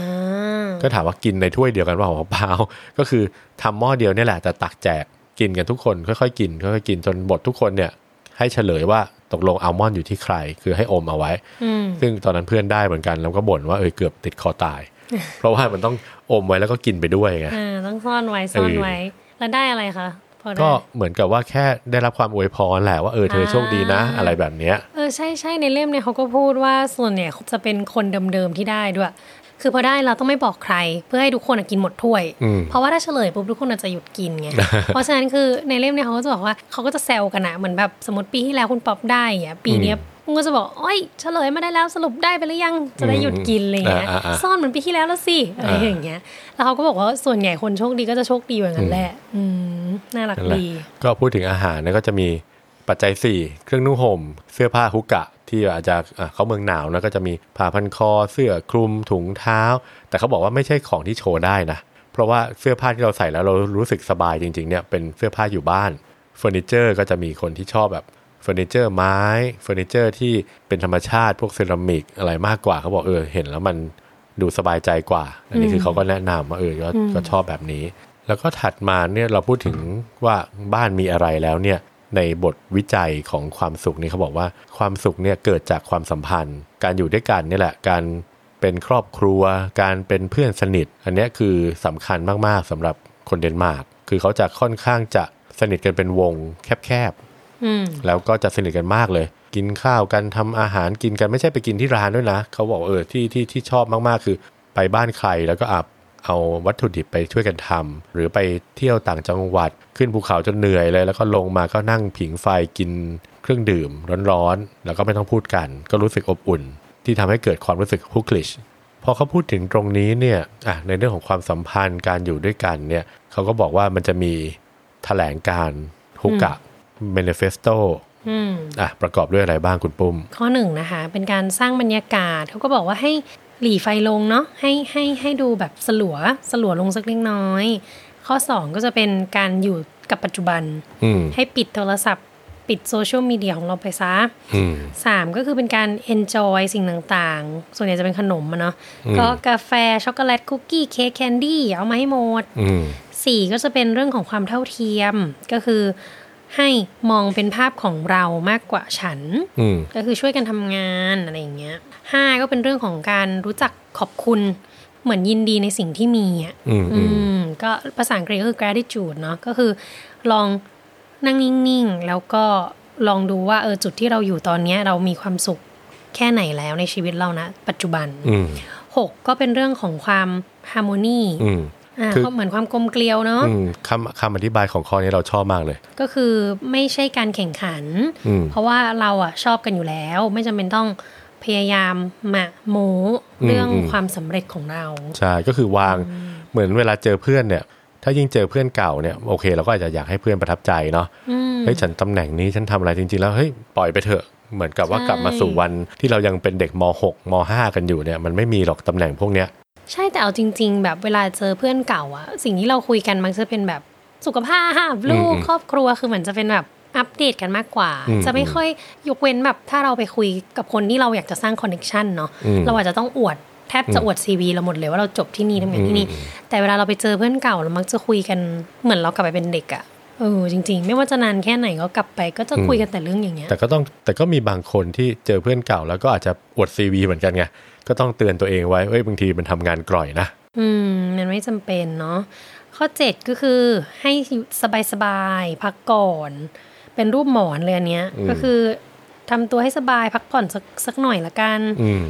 [SPEAKER 2] ก็ถามว่ากินในถ้วยเดียวกันเปล่า บอกว่าเปล่า ก็คือทำหม้อเดียวเนี่ยแหละแต่ตักแจกกินกันทุกคนค่อยๆกินค่อยๆกินจนบดทุกคนเนี่ยให้เฉลยว่าตกลงอัลมอนด์อยู่ที่ใคร คือให้อมเอาไว้
[SPEAKER 1] อืม
[SPEAKER 2] ซึ่งตอนนั้นเพื่อนได้เหมือนกัน แล้วก็บ่นว่าเออเกือบติดคอตาย เพราะว่ามันต้องอมไว้แล้วก็กินไปด้วยไง
[SPEAKER 1] อ่า ต้องซ่อนไว้ ซ่อน
[SPEAKER 2] เออ
[SPEAKER 1] ไว้ แล้วได้อะไรคะ พอได้
[SPEAKER 2] ก็เหมือนกับว่าแค่ได้รับความอวยพรแหละว่าเออเธอโชคดีนะ อะไรแบบเนี้ย
[SPEAKER 1] เออ ใช่ใช่ในเล่มเนี่ยเขาก็พูดว่าส่วนเนี่ยจะเป็นคนเดิมๆที่ได้ด้วย คือพอได้เราต้องไม่บอกใคร เพื่อให้ทุกคนอะกินหมดถ้วย
[SPEAKER 2] อืม
[SPEAKER 1] เพราะว่าถ้าเฉลยปุ๊บทุกคนอาจจะหยุดกิน ไง เพราะฉะนั้นคือในเล่มเนี่ยเขาก็จะบอกว่าเขาก็จะแซวกันอะเหมือนแบบสมมติปีที่แล้วคุณป๊อปได้อย่างเงี้ยปีเนี้ยคุณก็จะบอกโอ้ยเฉลยมาได้แล้วสรุปได้ไปหรือยังจะได้หยุดกินอะไรอย่างเงี้ย
[SPEAKER 2] อ่าอ่าอ่า
[SPEAKER 1] ซ่อนเหมือนปีที่แล้วแล้วสิอะไรอย่างเงี้ยแล้วเขาก็บอกว่าส่วนใหญ่คนโชคดีก็จะโชคดีอย่างนั้นแหละ อืมน่ารัก
[SPEAKER 2] นั่นแหละ
[SPEAKER 1] ดี
[SPEAKER 2] ก็พูดถึงอาหารนะก็จะมีปัจจัย 4 เครื่องนุ่งห่ม เสื้อผ้าฮุกกะ ที่อาจจะอ่ะเขาเมืองหนาวนะก็จะมีผ้าพันคอ เสื้อคลุมถุงเท้า แต่เขาบอกว่าไม่ใช่ของที่โชว์ได้นะ เพราะว่าเสื้อผ้าที่เราใส่แล้วเรารู้สึกสบายจริงๆเนี่ยเป็นเสื้อผ้าอยู่บ้านเฟอร์นิเจอร์ก็จะมีคนที่ชอบแบบเฟอร์นิเจอร์ไม้เฟอร์นิเจอร์ที่เป็นธรรมชาติพวกเซรามิกอะไรมากกว่าเขาบอกเออเห็นแล้วมันดูสบายใจกว่า อันนี้คือเขาก็แนะนำว่าเออก็ก็ชอบแบบนี้ แล้วก็ถัดมาเนี่ยเราพูดถึงว่าบ้านมีอะไรแล้วเนี่ยในบทวิจัยของความสุขนี่เขาบอกว่าความสุขเนี่ยเกิดจากความสัมพันธ์ การอยู่ด้วยกันเนี่ยแหละการเป็นครอบครัว การเป็นเพื่อนสนิท อันเนี้ยคือสำคัญมากๆสำหรับคนเดนมาร์กคือเขาจะค่อนข้างจะสนิทกันเป็นวงแคบๆ
[SPEAKER 1] อืม
[SPEAKER 2] แล้วก็จะสนิทกันมากเลย กินข้าวกันทำอาหารกินกันไม่ใช่ไปกินที่ร้านด้วยนะ เขาบอกว่าเออที่ที่ที่ชอบมากๆ คือ ไปบ้านใครแล้วก็อาบเอาวัตถุดิบไปช่วยกันทำหรือไปเที่ยวต่างจังหวัด ขึ้นภูเขาจนเหนื่อยเลย แล้วก็ลงมาก็นั่งผิงไฟกินเครื่องดื่มร้อนๆ แล้วก็ไม่ต้องพูดกัน ก็รู้สึกอบอุ่น ที่ทำให้เกิดความรู้สึกฮุกลิช พอเขาพูดถึงตรงนี้เนี่ยอ่ะในเรื่องของความสัมพันธ์การอยู่ด้วยกันเนี่ยเขาก็บอกว่ามันจะมีแถลงการณ์ฮุกกะเมนเฟสโต
[SPEAKER 1] อืม
[SPEAKER 2] อ่ะประกอบด้วยอะไรบ้างคุณปุ้ม
[SPEAKER 1] ข้อหนึ่งนะคะ เป็นการสร้างบรรยากาศเขาก็บอกว่าให้หลีไฟลงเนาะให้ให้ให้ดูแบบสลัวสลัวลงสักเล็กน้อย ข้อ 2 ก็จะเป็นการอยู่กับปัจจุบัน
[SPEAKER 2] อืม
[SPEAKER 1] ให้ปิดโทรศัพท์ ปิดโซเชียลมีเดียของเราไปซะ
[SPEAKER 2] อืม
[SPEAKER 1] 3 ก็คือเป็นการ enjoy สิ่งต่างๆ ส่วนใหญ่จะเป็นขนมอะเนาะก็กาแฟ ช็อกโกแลตคุกกี้เค้กแคนดี้เอามาให้หมด
[SPEAKER 2] อืม
[SPEAKER 1] สี่ก็จะเป็นเรื่องของความเท่าเทียม ก็คือให้มองเป็นภาพของเรามากกว่าฉัน
[SPEAKER 2] อืม
[SPEAKER 1] ก็คือช่วยกันทำงานอะไรอย่างเงี้ยห้าก็เป็นเรื่องของการรู้จักขอบคุณ เหมือนยินดีในสิ่งที่มีอ่ะ
[SPEAKER 2] อืม
[SPEAKER 1] อื
[SPEAKER 2] อืม
[SPEAKER 1] มก็ภาษาอังกฤษก็คือ gratitude เนาะก็คือลองนั่งนิ่งๆ แล้วก็ลองดูว่าเออจุดที่เราอยู่ตอนเนี้ยเรามีความสุขแค่ไหนแล้วในชีวิตเรานะ ปัจจุบัน
[SPEAKER 2] อืม
[SPEAKER 1] หกก็เป็นเรื่องของความฮาร์โมนี
[SPEAKER 2] อืม
[SPEAKER 1] อ่า
[SPEAKER 2] คือ
[SPEAKER 1] ก็เหมือนความกลมเกลียวเนาะ
[SPEAKER 2] อืมคำคำอธิบายของข้อนี้เราชอบมากเลย
[SPEAKER 1] ก็คือไม่ใช่การแข่งขัน
[SPEAKER 2] อืม
[SPEAKER 1] เพราะว่าเราอะชอบกันอยู่แล้ว ไม่จำเป็นต้องพยายามมาโมเรื่อง
[SPEAKER 2] อืมอืม
[SPEAKER 1] ความสำเร็จของเรา
[SPEAKER 2] ใช่ ก็คือวาง เหมือนเวลาเจอเพื่อนเนี่ย ถ้ายิ่งเจอเพื่อนเก่าเนี่ย โอเค เราก็อาจจะอยากให้เพื่อนประทับใจเนาะ
[SPEAKER 1] อืม
[SPEAKER 2] เฮ้ย ฉันตำแหน่งนี้ ฉันทำอะไรจริง ๆ แล้ว เฮ้ย ปล่อยไปเถอะ เหมือนกับว่า
[SPEAKER 1] ใช่
[SPEAKER 2] กลับมาสู่วันที่เรายังเป็นเด็กม .6 ม .5 กันอยู่เนี่ย มันไม่มีหรอกตำแหน่งพวกเนี้ย
[SPEAKER 1] ใช่แต่เอาจริง ๆ แบบเวลาเจอเพื่อนเก่าอะสิ่งที่เราคุยกันมักจะเป็นแบบสุขภาพลูก
[SPEAKER 2] อืม
[SPEAKER 1] ครอบครัวคือเหมือนจะเป็นแบบอัปเดตกันมากกว่า
[SPEAKER 2] อืม
[SPEAKER 1] จะไม่ค่อยยกเว้นแบบถ้าเราไปคุยกับคนที่เราอยากจะสร้างคอนเน c ชันเนาะ
[SPEAKER 2] อืม
[SPEAKER 1] เราอาจจะต้องอวดแทบจะ
[SPEAKER 2] อืม
[SPEAKER 1] อวดซีวีเราหมดเลยว่าเราจบที่นี่ทำงานที่นี่
[SPEAKER 2] อืม
[SPEAKER 1] แต่เวลาเราไปเจอเพื่อนเก่าเรามักจะคุยกันเหมือนเรากลับไปเป็นเด็กอะเออจริง ๆ ไม่ว่าจะนานแค่ไหนก็กลับไปก็จะคุยกันแต่เรื่องอย่างเงี้ย
[SPEAKER 2] แต่ก็ต้องแต่ก็มีบางคนที่เจอเพื่อนเก่า แล้วก็อาจจะอวดซีวีเหมือนกันไง ก็ต้องเตือนตัวเองไว้ เอ้ย บางทีมันทำงานกร่อยนะ
[SPEAKER 1] อืมมันไม่จำเป็นเนาะข้อ 7 ก็คือให้สบายสบายๆพักก่อน เป็นรูปหมอนเลยอันเนี้ย
[SPEAKER 2] อืม
[SPEAKER 1] ก็คือทำตัวให้สบายพักผ่อนสักสักหน่อยละกัน
[SPEAKER 2] อืม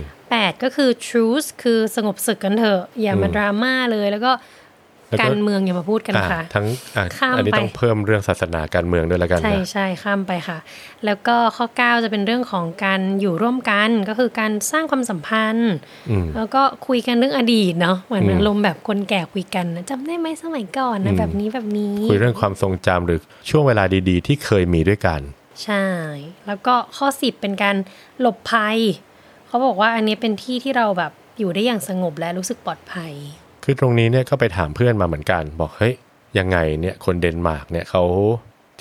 [SPEAKER 1] 8 ก็คือ truce คือสงบศึกกันเถอะ อย่ามา
[SPEAKER 2] อืม
[SPEAKER 1] ดราม่าเลยแล้วก็
[SPEAKER 2] แล้วก็
[SPEAKER 1] การเมืองอย่ามาพูดกันค่ะ
[SPEAKER 2] อ่ะทั้งอะ
[SPEAKER 1] ข้าม
[SPEAKER 2] อันนี้
[SPEAKER 1] ไป
[SPEAKER 2] ต้องเพิ่มเรื่องศาสนาการเมืองด้วยแล้วกัน
[SPEAKER 1] ใช่
[SPEAKER 2] นะ
[SPEAKER 1] ใช่ข้ามไปค่ะ แล้วก็ข้อ 9 จะเป็นเรื่องของการอยู่ร่วมกันก็คือการสร้างความสัมพันธ์
[SPEAKER 2] อืม
[SPEAKER 1] แล้วก็คุยกันเรื่องอดีตเนาะเหมือน
[SPEAKER 2] อืม
[SPEAKER 1] อารมณ์แบบคนแก่คุยกันนะจำได้ไหมสมัยก่อน
[SPEAKER 2] อื
[SPEAKER 1] นะ
[SPEAKER 2] ม
[SPEAKER 1] แบบนี้แบบนี้
[SPEAKER 2] คุยเรื่องความทรงจำหรือช่วงเวลาดีๆ ที่เคยมีด้วยกัน
[SPEAKER 1] ใช่ แล้วก็ข้อสิบเป็นการหลบภัย เขาบอกว่าอันนี้เป็นที่ที่เราแบบอยู่ได้อย่างสงบและรู้สึกปลอดภัย
[SPEAKER 2] คือตรงนี้เนี่ยก็ไปถามเพื่อนมาเหมือนกัน บอกเฮ้ยยังไงเนี่ยคนเดนมาร์กเนี่ยเขา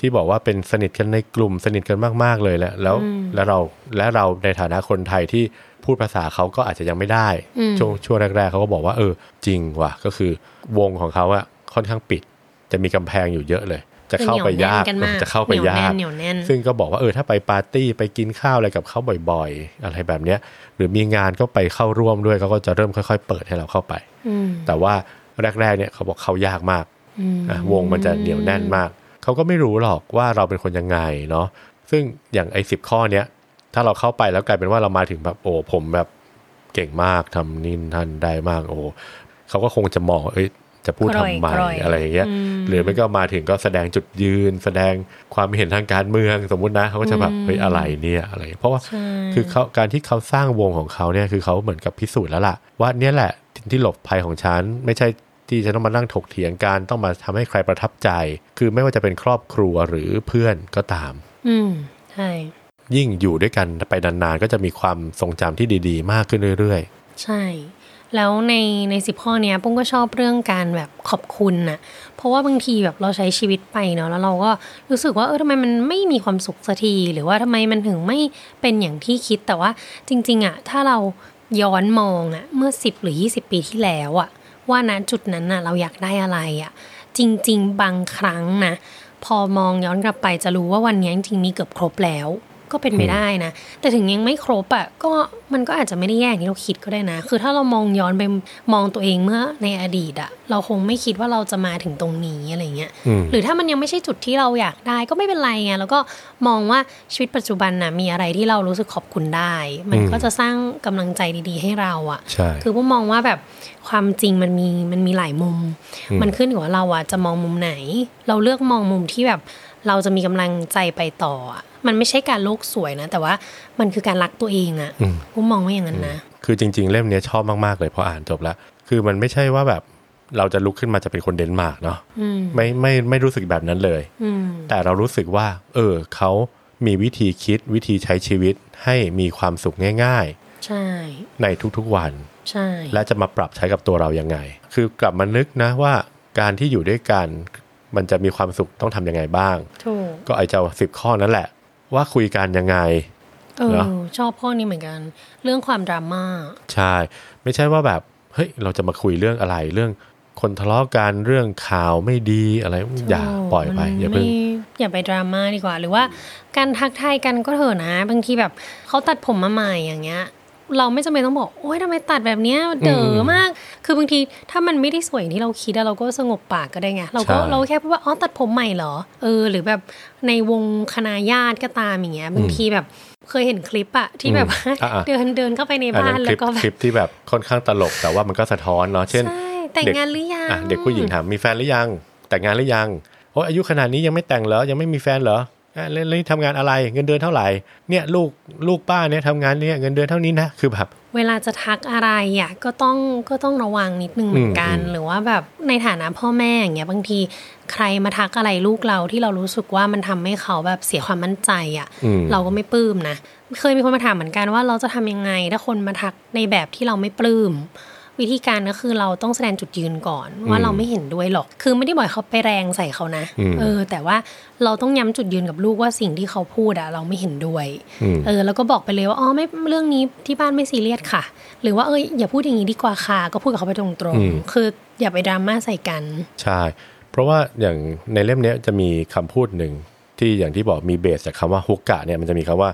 [SPEAKER 2] ที่บอกว่าเป็นสนิทกันในกลุ่มสนิทกันมาก ๆ เลยแหละแล้วแล้วเราและเราในฐานะคนไทยที่พูดภาษาเขาก็อาจจะยังไม่ได้
[SPEAKER 1] อืม
[SPEAKER 2] ช่วงช่วงแรก ๆเขาก็บอกว่าเออจริงว่ะก็คือวงของเขาอะค่อนข้างปิด จะมีกำแพงอยู่เยอะเลย จะเข้าไปยาก
[SPEAKER 1] คือเหนียวแน่นนม
[SPEAKER 2] จะเข้าไปยาก
[SPEAKER 1] เหนียวแน่นเหนียวแน่น
[SPEAKER 2] ซึ่งก็บอกว่าเออถ้าไปปาร์ตี้ไปกินข้าวอะไรกับเขาบ่อยๆ อะไรแบบเนี้ยหรือมีงานก็ไปเข้าร่วมด้วยเขาก็จะเริ่มค่อยๆ เปิดให้เราเข้าไป
[SPEAKER 1] อืม
[SPEAKER 2] แต่ว่าแรกๆเนี่ยเขาบอกเขายากมากอ่ะวงมันจะเหนียวแน่นมาก เขาก็ไม่รู้หรอกว่าเราเป็นคนยังไงเนาะซึ่งอย่างไอ้สิข้อเนี้ยถ้าเราเข้าไปแล้วกลายเป็นว่าเรามาถึงแบบโอ้ผมแบบเก่งมากทำนินทันได้มากโอ้เขาก็คงจะมองว่าเอ้ยจะพูดทำไม
[SPEAKER 1] กร่อยๆ
[SPEAKER 2] อะไรอย่างเงี้ย หรือไม่ก็มาถึงก็แสดงจุดยืน แสดงความเห็นทางการเมืองสมมุตินะเขาก็จะแบบเฮ้ยอะไรเนี่ยอะไร เพราะว่า
[SPEAKER 1] ใช่
[SPEAKER 2] คือเขาการที่เขาสร้างวงของเขาเนี่ยคือเขาเหมือนกับพิสูจน์แล้วล่ะ ว่าเนี่ยแหละที่ที่หลบภัยของฉัน ไม่ใช่ที่ฉันต้องมานั่งถกเถียงกันต้องมาทำให้ใครประทับใจ คือไม่ว่าจะเป็นครอบครัวหรือเพื่อนก็ตาม
[SPEAKER 1] อืมใช่
[SPEAKER 2] ยิ่งอยู่ด้วยกันไปนานๆก็จะมีความทรงจำที่ดีๆ มากขึ้นเรื่อย
[SPEAKER 1] ใช่ แล้วในในสิบข้อเนี้ยปุ้งก็ชอบเรื่องการแบบขอบคุณน่ะ เพราะว่าบางทีแบบเราใช้ชีวิตไปเนาะแล้วเราก็รู้สึกว่าเออทำไมมันไม่มีความสุขสักที หรือว่าทำไมมันถึงไม่เป็นอย่างที่คิดแต่ว่าจริง ๆอะถ้าเราย้อนมองอะเมื่อ 10 หรือ 20 ปีที่แล้วอะว่าณจุดนั้นน่ะเราอยากได้อะไรอะจริง ๆ บางครั้งนะ พอมองย้อนกลับไปจะรู้ว่าวันนี้จริงๆมีเกือบครบแล้ว ก็เป็นไปได้นะ แต่ถึงยังไม่ครบอะก็มันก็อาจจะไม่ได้แย่อย่างที่เราคิดก็ได้นะ คือถ้าเรามองย้อนไปมองตัวเองเมื่อในอดีตอะเราคงไม่คิดว่าเราจะมาถึงตรงนี้อะไรเงี้ย
[SPEAKER 2] ๆ อืม
[SPEAKER 1] หรือถ้ามันยังไม่ใช่จุดที่เราอยากได้ก็ไม่เป็นไรไงแล้วก็มองว่าชีวิตปัจจุบันนะมีอะไรที่เรารู้สึกขอบคุณได้ มัน
[SPEAKER 2] อืม
[SPEAKER 1] ก็จะสร้างกำลังใจดีๆ ให้เราอะ
[SPEAKER 2] ใช่
[SPEAKER 1] คือผมมองว่าแบบความจริงมันมีมันมีหลายมุม มันขึ้นอยู่ว่าเราอะจะมองมุมไหน เราเลือกมองมุมที่แบบเราจะมีกำลังใจไปต่ออะมันไม่ใช่การโลกสวยนะ แต่ว่ามันคือการรักตัวเองอะ
[SPEAKER 2] ม
[SPEAKER 1] ผมมองว่าอย่างนั้นนะ
[SPEAKER 2] คือจริง ๆ เล่มเนี้ยชอบมาก ๆ เลยพออ่านจบแล้ว คือมันไม่ใช่ว่าแบบเราจะลุกขึ้นมาจะเป็นคนเดนมาร์กเนาะ
[SPEAKER 1] อืม
[SPEAKER 2] ไม่ไม่ไม่รู้สึกแบบนั้นเลย
[SPEAKER 1] อืม
[SPEAKER 2] แต่เรารู้สึกว่า เออเขามีวิธีคิดวิธีใช้ชีวิตให้มีความสุขง่าย
[SPEAKER 1] ใช่
[SPEAKER 2] ๆ ในทุกๆวัน
[SPEAKER 1] ใช่
[SPEAKER 2] และจะมาปรับใช้กับตัวเรายังไง คือกลับมานึกนะว่าการที่อยู่ด้วยกัน มันจะมีความสุขต้องทำยังไงบ้าง
[SPEAKER 1] ถูก
[SPEAKER 2] ก็ไอเจ้าสิบข้อนั่นแหละ ว่าคุยกันยังไง
[SPEAKER 1] เอ
[SPEAKER 2] เหรอ
[SPEAKER 1] อชอบข้อนี้เหมือนกัน เรื่องความดราม่า
[SPEAKER 2] ใช่ ไม่ใช่ว่าแบบเฮ้ยเราจะมาคุยเรื่องอะไรเรื่องคนทะเลาะกันเรื่องข่าวไม่ดีอะไรอย่า
[SPEAKER 1] โ
[SPEAKER 2] ปล่อยไป
[SPEAKER 1] มัน
[SPEAKER 2] อย่าเพิ่ง
[SPEAKER 1] ไม่อย่าไปดราม่าดีกว่า หรือว่าการทักทายกันก็เถอะนะ บางทีแบบเขาตัดผมมาใหม่อย่างเงี้ย เราไม่จำเป็นต้องบอกโอ๊ยทำไมตัดแบบเนี้ยเด๋ออ
[SPEAKER 2] ม
[SPEAKER 1] มาก คือบางทีถ้ามันไม่ได้สวยอย่างที่เราคิดอะเราก็สงบปากก็ได้ไง เราก็
[SPEAKER 2] ใช่
[SPEAKER 1] เราก็แค่พูดว่าอ๋อตัดผมใหม่เหรอ เออ หรือแบบในวงคณะญาติก็ตามอย่างเงี้ยบางทีแบบเคยเห็นคลิปอะที่แบบ
[SPEAKER 2] อืม
[SPEAKER 1] ว่า
[SPEAKER 2] อ่ะๆ
[SPEAKER 1] เดินเดินเข้าไปใน
[SPEAKER 2] อัน
[SPEAKER 1] บ้า
[SPEAKER 2] นั้น นค
[SPEAKER 1] แล้
[SPEAKER 2] ลิ
[SPEAKER 1] ว
[SPEAKER 2] ป
[SPEAKER 1] ก็แบ
[SPEAKER 2] คลิ
[SPEAKER 1] บ
[SPEAKER 2] ปที่แบบค่อนข้างตลกแต่ว่ามันก็สะท้อนเนาะเช่น
[SPEAKER 1] ใช่แต่ง
[SPEAKER 2] เด็ก
[SPEAKER 1] งานหรือยัง
[SPEAKER 2] อ่ะเด็กผู้หญิงถามมีแฟนหรือยัง แต่งงานหรือยังโอ้ยอายุขนาดนี้ยังไม่แต่งเหรอยังไม่มีแฟนเหรออ่ะแล้วแล้วนี่ทำงานอะไรเงินเดือนเท่าไหร่เนี่ยลูกลูกป้าเนี่ยทำงานเนี่ยเงินเดือนเท่านี้นะคือแบบ
[SPEAKER 1] เวลาจะทักอะไรอ่ะก็ต้องก็ต้องระวังนิดนึงเหมือนกัน
[SPEAKER 2] อืมอืม
[SPEAKER 1] หรือว่าแบบในฐานะพ่อแม่อย่างเงี้ยบางทีใครมาทักอะไรลูกเราที่เรารู้สึกว่ามันทำให้เขาแบบเสียความมั่นใจอ่ะ
[SPEAKER 2] อืม
[SPEAKER 1] เราก็ไม่ปลื้มนะเคยมีคนมาถามเหมือนกันว่าเราจะทำยังไง ถ้าคนมาทักในแบบที่เราไม่ปลื้มวิธีการก็คือเราต้องแสดงจุดยืนก่อน ว่า
[SPEAKER 2] อืม
[SPEAKER 1] เราไม่เห็นด้วยหรอก คือไม่ได้บ่อยเขาไปแรงใส่เขานะ
[SPEAKER 2] อืม
[SPEAKER 1] เออ แต่ว่าเราต้องย้ำจุดยืนกับลูกว่าสิ่งที่เขาพูดอะเราไม่เห็นด้วย
[SPEAKER 2] อืม
[SPEAKER 1] เออแล้วก็บอกไปเลยว่าอ๋อไม่เรื่องนี้ที่บ้านไม่ซีเรียสค่ะ หรือว่าเอยอย่าพูดอย่างนี้ดีกว่าค่ะก็พูดกับเขาไปตรง
[SPEAKER 2] อืม
[SPEAKER 1] ๆคืออย่าไปดราม่าใส่กัน
[SPEAKER 2] ใช่ เพราะว่าอย่างในเล่มเนี้ยจะมีคำพูดหนึ่งที่อย่างที่บอกมีเบสจากคำว่าฮุกกะเนี่ยมันจะมีคำว่า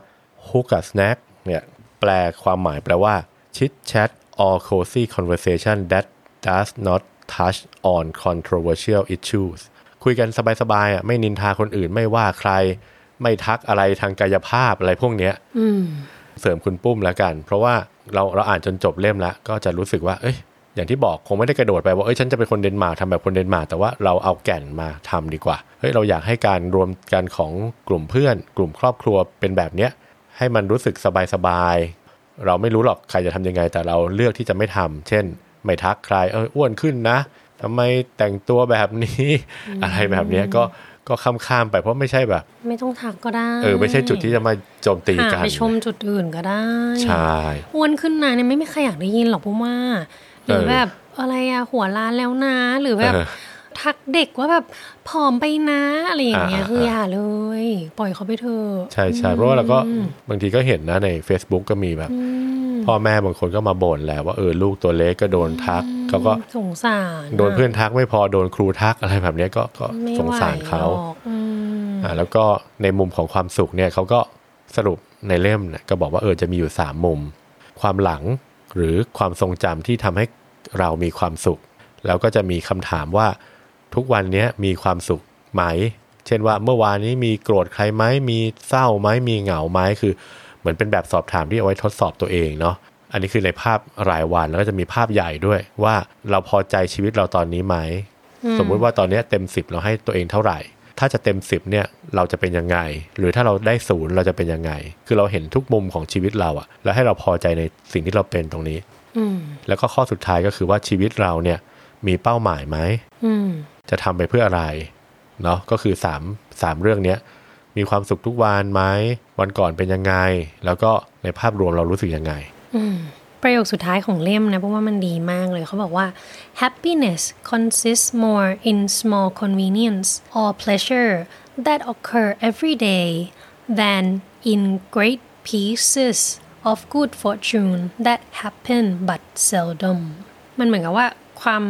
[SPEAKER 2] ฮุกกะสแน็คเนี่ยแปลความหมายแปลว่า chit chat or cozy conversation that does not touch on controversial issues คุยกันสบายๆอ่ะไม่นินทาคนอื่นไม่ว่าใคร ไม่ทักอะไรทางกายภาพอะไรพวกเนี้ย
[SPEAKER 1] อืม
[SPEAKER 2] เสริมคุณปุ้มแล้วกัน เพราะว่าเราเราอ่านจนจบเล่มแล้ว ก็จะรู้สึกว่า เอ้ย อย่างที่บอกคงไม่ได้กระโดดไปว่า เอ้ย ฉันจะเป็นคนเดนมาร์กทำแบบคนเดนมาร์กแต่ว่าเราเอาแก่นมาทำดีกว่า เฮ้ย เราอยากให้การรวมกันของกลุ่มเพื่อน กลุ่มครอบครัวเป็นแบบเนี้ย ให้มันรู้สึกสบายๆ เราไม่รู้หรอกใครจะทำยังไง แต่เราเลือกที่จะไม่ทำเช่น ไม่ทักใคร เอ้ย อ้วนขึ้นนะทำไมแต่งตัวแบบนี้ อะไรแบบเนี้ยก็ ก็ข้ามๆไป เพราะไม่ใช่แบบ
[SPEAKER 1] ไม่ต้องทักก็ได้
[SPEAKER 2] เออ ไม่ใช่จุดที่จะมาโจมตี
[SPEAKER 1] หา
[SPEAKER 2] กัน
[SPEAKER 1] ไปชมจุดอื่นก็ได้
[SPEAKER 2] ใช่
[SPEAKER 1] อ้วนขึ้นนะเนี่ยไม่มีใครอยากได้ยินหรอกพูดว่าหรือ
[SPEAKER 2] เออ
[SPEAKER 1] แบบ อะไรอะหัวล้านแล้วนะ หรือแบบ
[SPEAKER 2] เออ
[SPEAKER 1] ทักเด็กว่าแบบผอมไปนะอะไรอย่างเงี้ย
[SPEAKER 2] อ่า
[SPEAKER 1] คืออย่าเลย ปล่อยเขาไปเถอะ
[SPEAKER 2] ใช่ใช่เพราะว่าเราก็บางทีก็เห็นนะใน Facebook ก็มีแบบ
[SPEAKER 1] อืม
[SPEAKER 2] พ่อแม่บางคนก็มาบ่นแหละว่าเออลูกตัวเล็กก็โดนทักเขาก็
[SPEAKER 1] สงสาร
[SPEAKER 2] โดนเพื่อนทักไม่พอโดนครูทักอะไรแบบเนี้ยก็ก็
[SPEAKER 1] ไม่
[SPEAKER 2] สงสาร
[SPEAKER 1] ไหว
[SPEAKER 2] เขา
[SPEAKER 1] หอกอืม
[SPEAKER 2] อ่าแล้วก็ในมุมของความสุขเนี่ยเขาก็สรุปในเล่มเนี่ยก็บอกว่าเออจะมีอยู่ 3 มุม ความหลังหรือความทรงจำที่ทำให้เรามีความสุข แล้วก็จะมีคำถามว่าทุกวันเนี้ยมีความสุขไหม เช่นว่าเมื่อวานนี้มีโกรธใครไหมมีเศร้าไหมมีเหงาไหมคือ เหมือนเป็นแบบสอบถามที่เอาไว้ทดสอบตัวเองเนาะอันนี้คือในภาพรายวันแล้วก็จะมีภาพใหญ่ด้วย ว่าเราพอใจชีวิตเราตอนนี้ไหม สมมุติว่าตอนเนี้ยเต็ม 10 เราให้ตัวเองเท่าไหร่ ถ้าจะเต็ม 10เนี่ยเราจะเป็นยังไง หรือถ้าเราได้ศูนย์เราจะเป็นยังไง คือเราเห็นทุกมุมของชีวิตเราอะแล้วให้เราพอใจในสิ่งที่เราเป็นตรงนี้
[SPEAKER 1] อืม
[SPEAKER 2] แล้วก็ข้อสุดท้ายก็คือว่าชีวิตเราเนี่ยมีเป้าหมายไหม
[SPEAKER 1] อืม
[SPEAKER 2] จะทำไปเพื่ออะไรเนาะก็คือ3 3เรื่องเนี้ยมีความสุขทุกวันไหมวันก่อนเป็นยังไง แล้วก็ในภาพรวมเรารู้สึกยังไง
[SPEAKER 1] อืมประโยคสุดท้ายของเล่มนะเพราะว่ามันดีมากเลยเขาบอกว่า happiness consists more in small convenience or pleasure that occur every day than in great pieces of good fortune that happen but seldom มันเหมือนกับว่าความ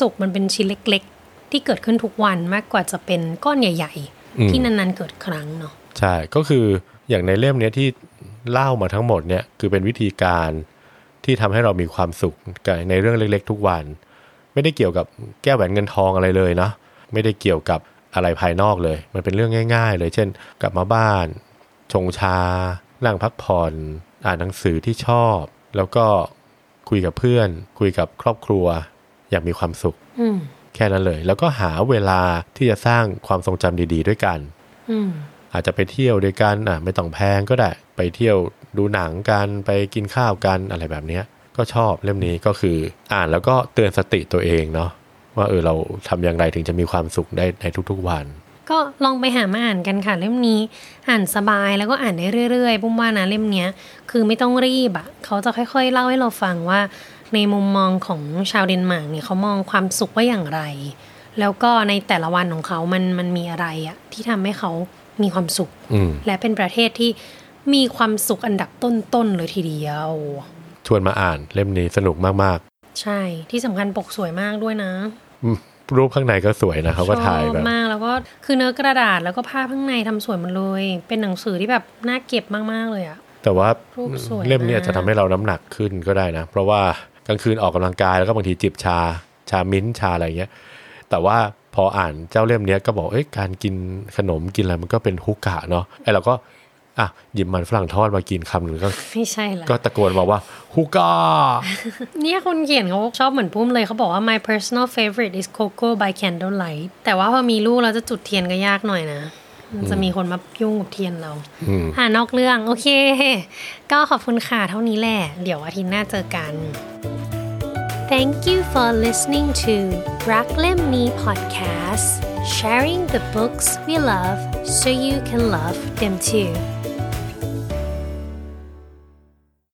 [SPEAKER 1] สุขมันเป็นชิ้นเล็กๆ ที่เกิดขึ้นทุกวันมากกว่าจะเป็นก้อนใหญ่ๆ ที่นานๆเกิดครั้งเนาะ
[SPEAKER 2] ใช่ก็คืออย่างในเล่มเนี้ยที่เล่ามาทั้งหมดเนี่ยคือเป็นวิธีการที่ทำให้เรามีความสุขกับในเรื่องเล็กๆ ทุกวัน ไม่ได้เกี่ยวกับแก้วแหวนเงินทองอะไรเลยนะไม่ได้เกี่ยวกับอะไรภายนอกเลย มันเป็นเรื่องง่าย ๆ เลย เช่น กลับมาบ้าน ชงชา นั่งพักผ่อน อ่านหนังสือที่ชอบ แล้วก็คุยกับเพื่อน คุยกับครอบครัว อย่างมีความสุข
[SPEAKER 1] อืม
[SPEAKER 2] แค่นั้นเลย แล้วก็หาเวลาที่จะสร้างความทรงจำดี ๆ ด้วยกัน
[SPEAKER 1] อืม
[SPEAKER 2] อาจจะไปเที่ยวด้วยกันอ่ะไม่ต้องแพงก็ได้ ไปเที่ยวดูหนังกันไปกินข้าวกันอะไรแบบเนี้ยก็ชอบเล่มนี้ก็คือ อ่านแล้วก็เตือนสติตัวเองเนาะว่าเออเราทำอย่างไรถึงจะมีความสุขได้ในทุกๆวัน
[SPEAKER 1] ก็ลองไปหามาอ่านกันค่ะเล่มนี้ อ่านสบายแล้วก็อ่านได้เรื่อยๆปุ้มว่านะเล่มเนี้ย คือไม่ต้องรีบอะเขาจะค่อยๆ เล่าให้เราฟังว่า ในมุมมองของชาวเดนมาร์กเนี่ยเขามองความสุขว่าอย่างไร แล้วก็ในแต่ละวันของเขามันมันมีอะไรอะที่ทำให้เขามีความสุข
[SPEAKER 2] อืม
[SPEAKER 1] และเป็นประเทศที่มีความสุขอันดับต้นๆเลยทีเดียว
[SPEAKER 2] ชวนมาอ่านเล่มนี้สนุกมาก
[SPEAKER 1] ใช่ที่สำคัญปกสวยมากด้วยนะ
[SPEAKER 2] ๆอืมรูปข้างในก็สวยนะเขาก็ถ่ายแบ
[SPEAKER 1] ช
[SPEAKER 2] บ
[SPEAKER 1] อบมากแล้วก็คือเนื้อกระดาษแล้วก็ภาพข้างในทำสวยหมดเลย เป็นหนังสือที่แบบน่าเก็บมาก ๆ เลยอะ
[SPEAKER 2] แต่ว่า
[SPEAKER 1] รูปสวย
[SPEAKER 2] เล่มเนี้
[SPEAKER 1] นะ
[SPEAKER 2] จะทำให้เราน้ำหนักขึ้นก็ได้นะ เพราะว่ากลางคืนออกกำลังกายแล้วก็บางทีจิบชาชามิ้นท์ชาอะไรเงี้ย แต่ว่าพออ่านเจ้าเล่มเนี้ยก็บอกเอ้ยการกินขนมกินอะไรมันก็เป็นฮุกกะเนาะไอเราก็อ่ะหยิบมันฝรั่งทอดมากินคำหนึ่งก็
[SPEAKER 1] ไม่ใช่ละ
[SPEAKER 2] ก็ตะโกนบอกว่าฮุกกะ
[SPEAKER 1] เนี่ยคนเขียนเขาชอบเหมือนพุ่มเลยเขาบอกว่า my personal favorite is cocoa by candlelight แต่ว่าพอมีลูกเราจะจุดเทียนก็ยากหน่อยนะ มันจะมีคนมายุ่งกับเทียนเรา
[SPEAKER 2] อืม
[SPEAKER 1] อ่านอกเรื่องโอเค ก็ขอบคุณค่ะเท่านี้แหละ เดี๋ยวอาทิตย์หน้าเจอกัน Thank you for listening to รักเล่มนี้ podcast sharing the books we love so you can love them too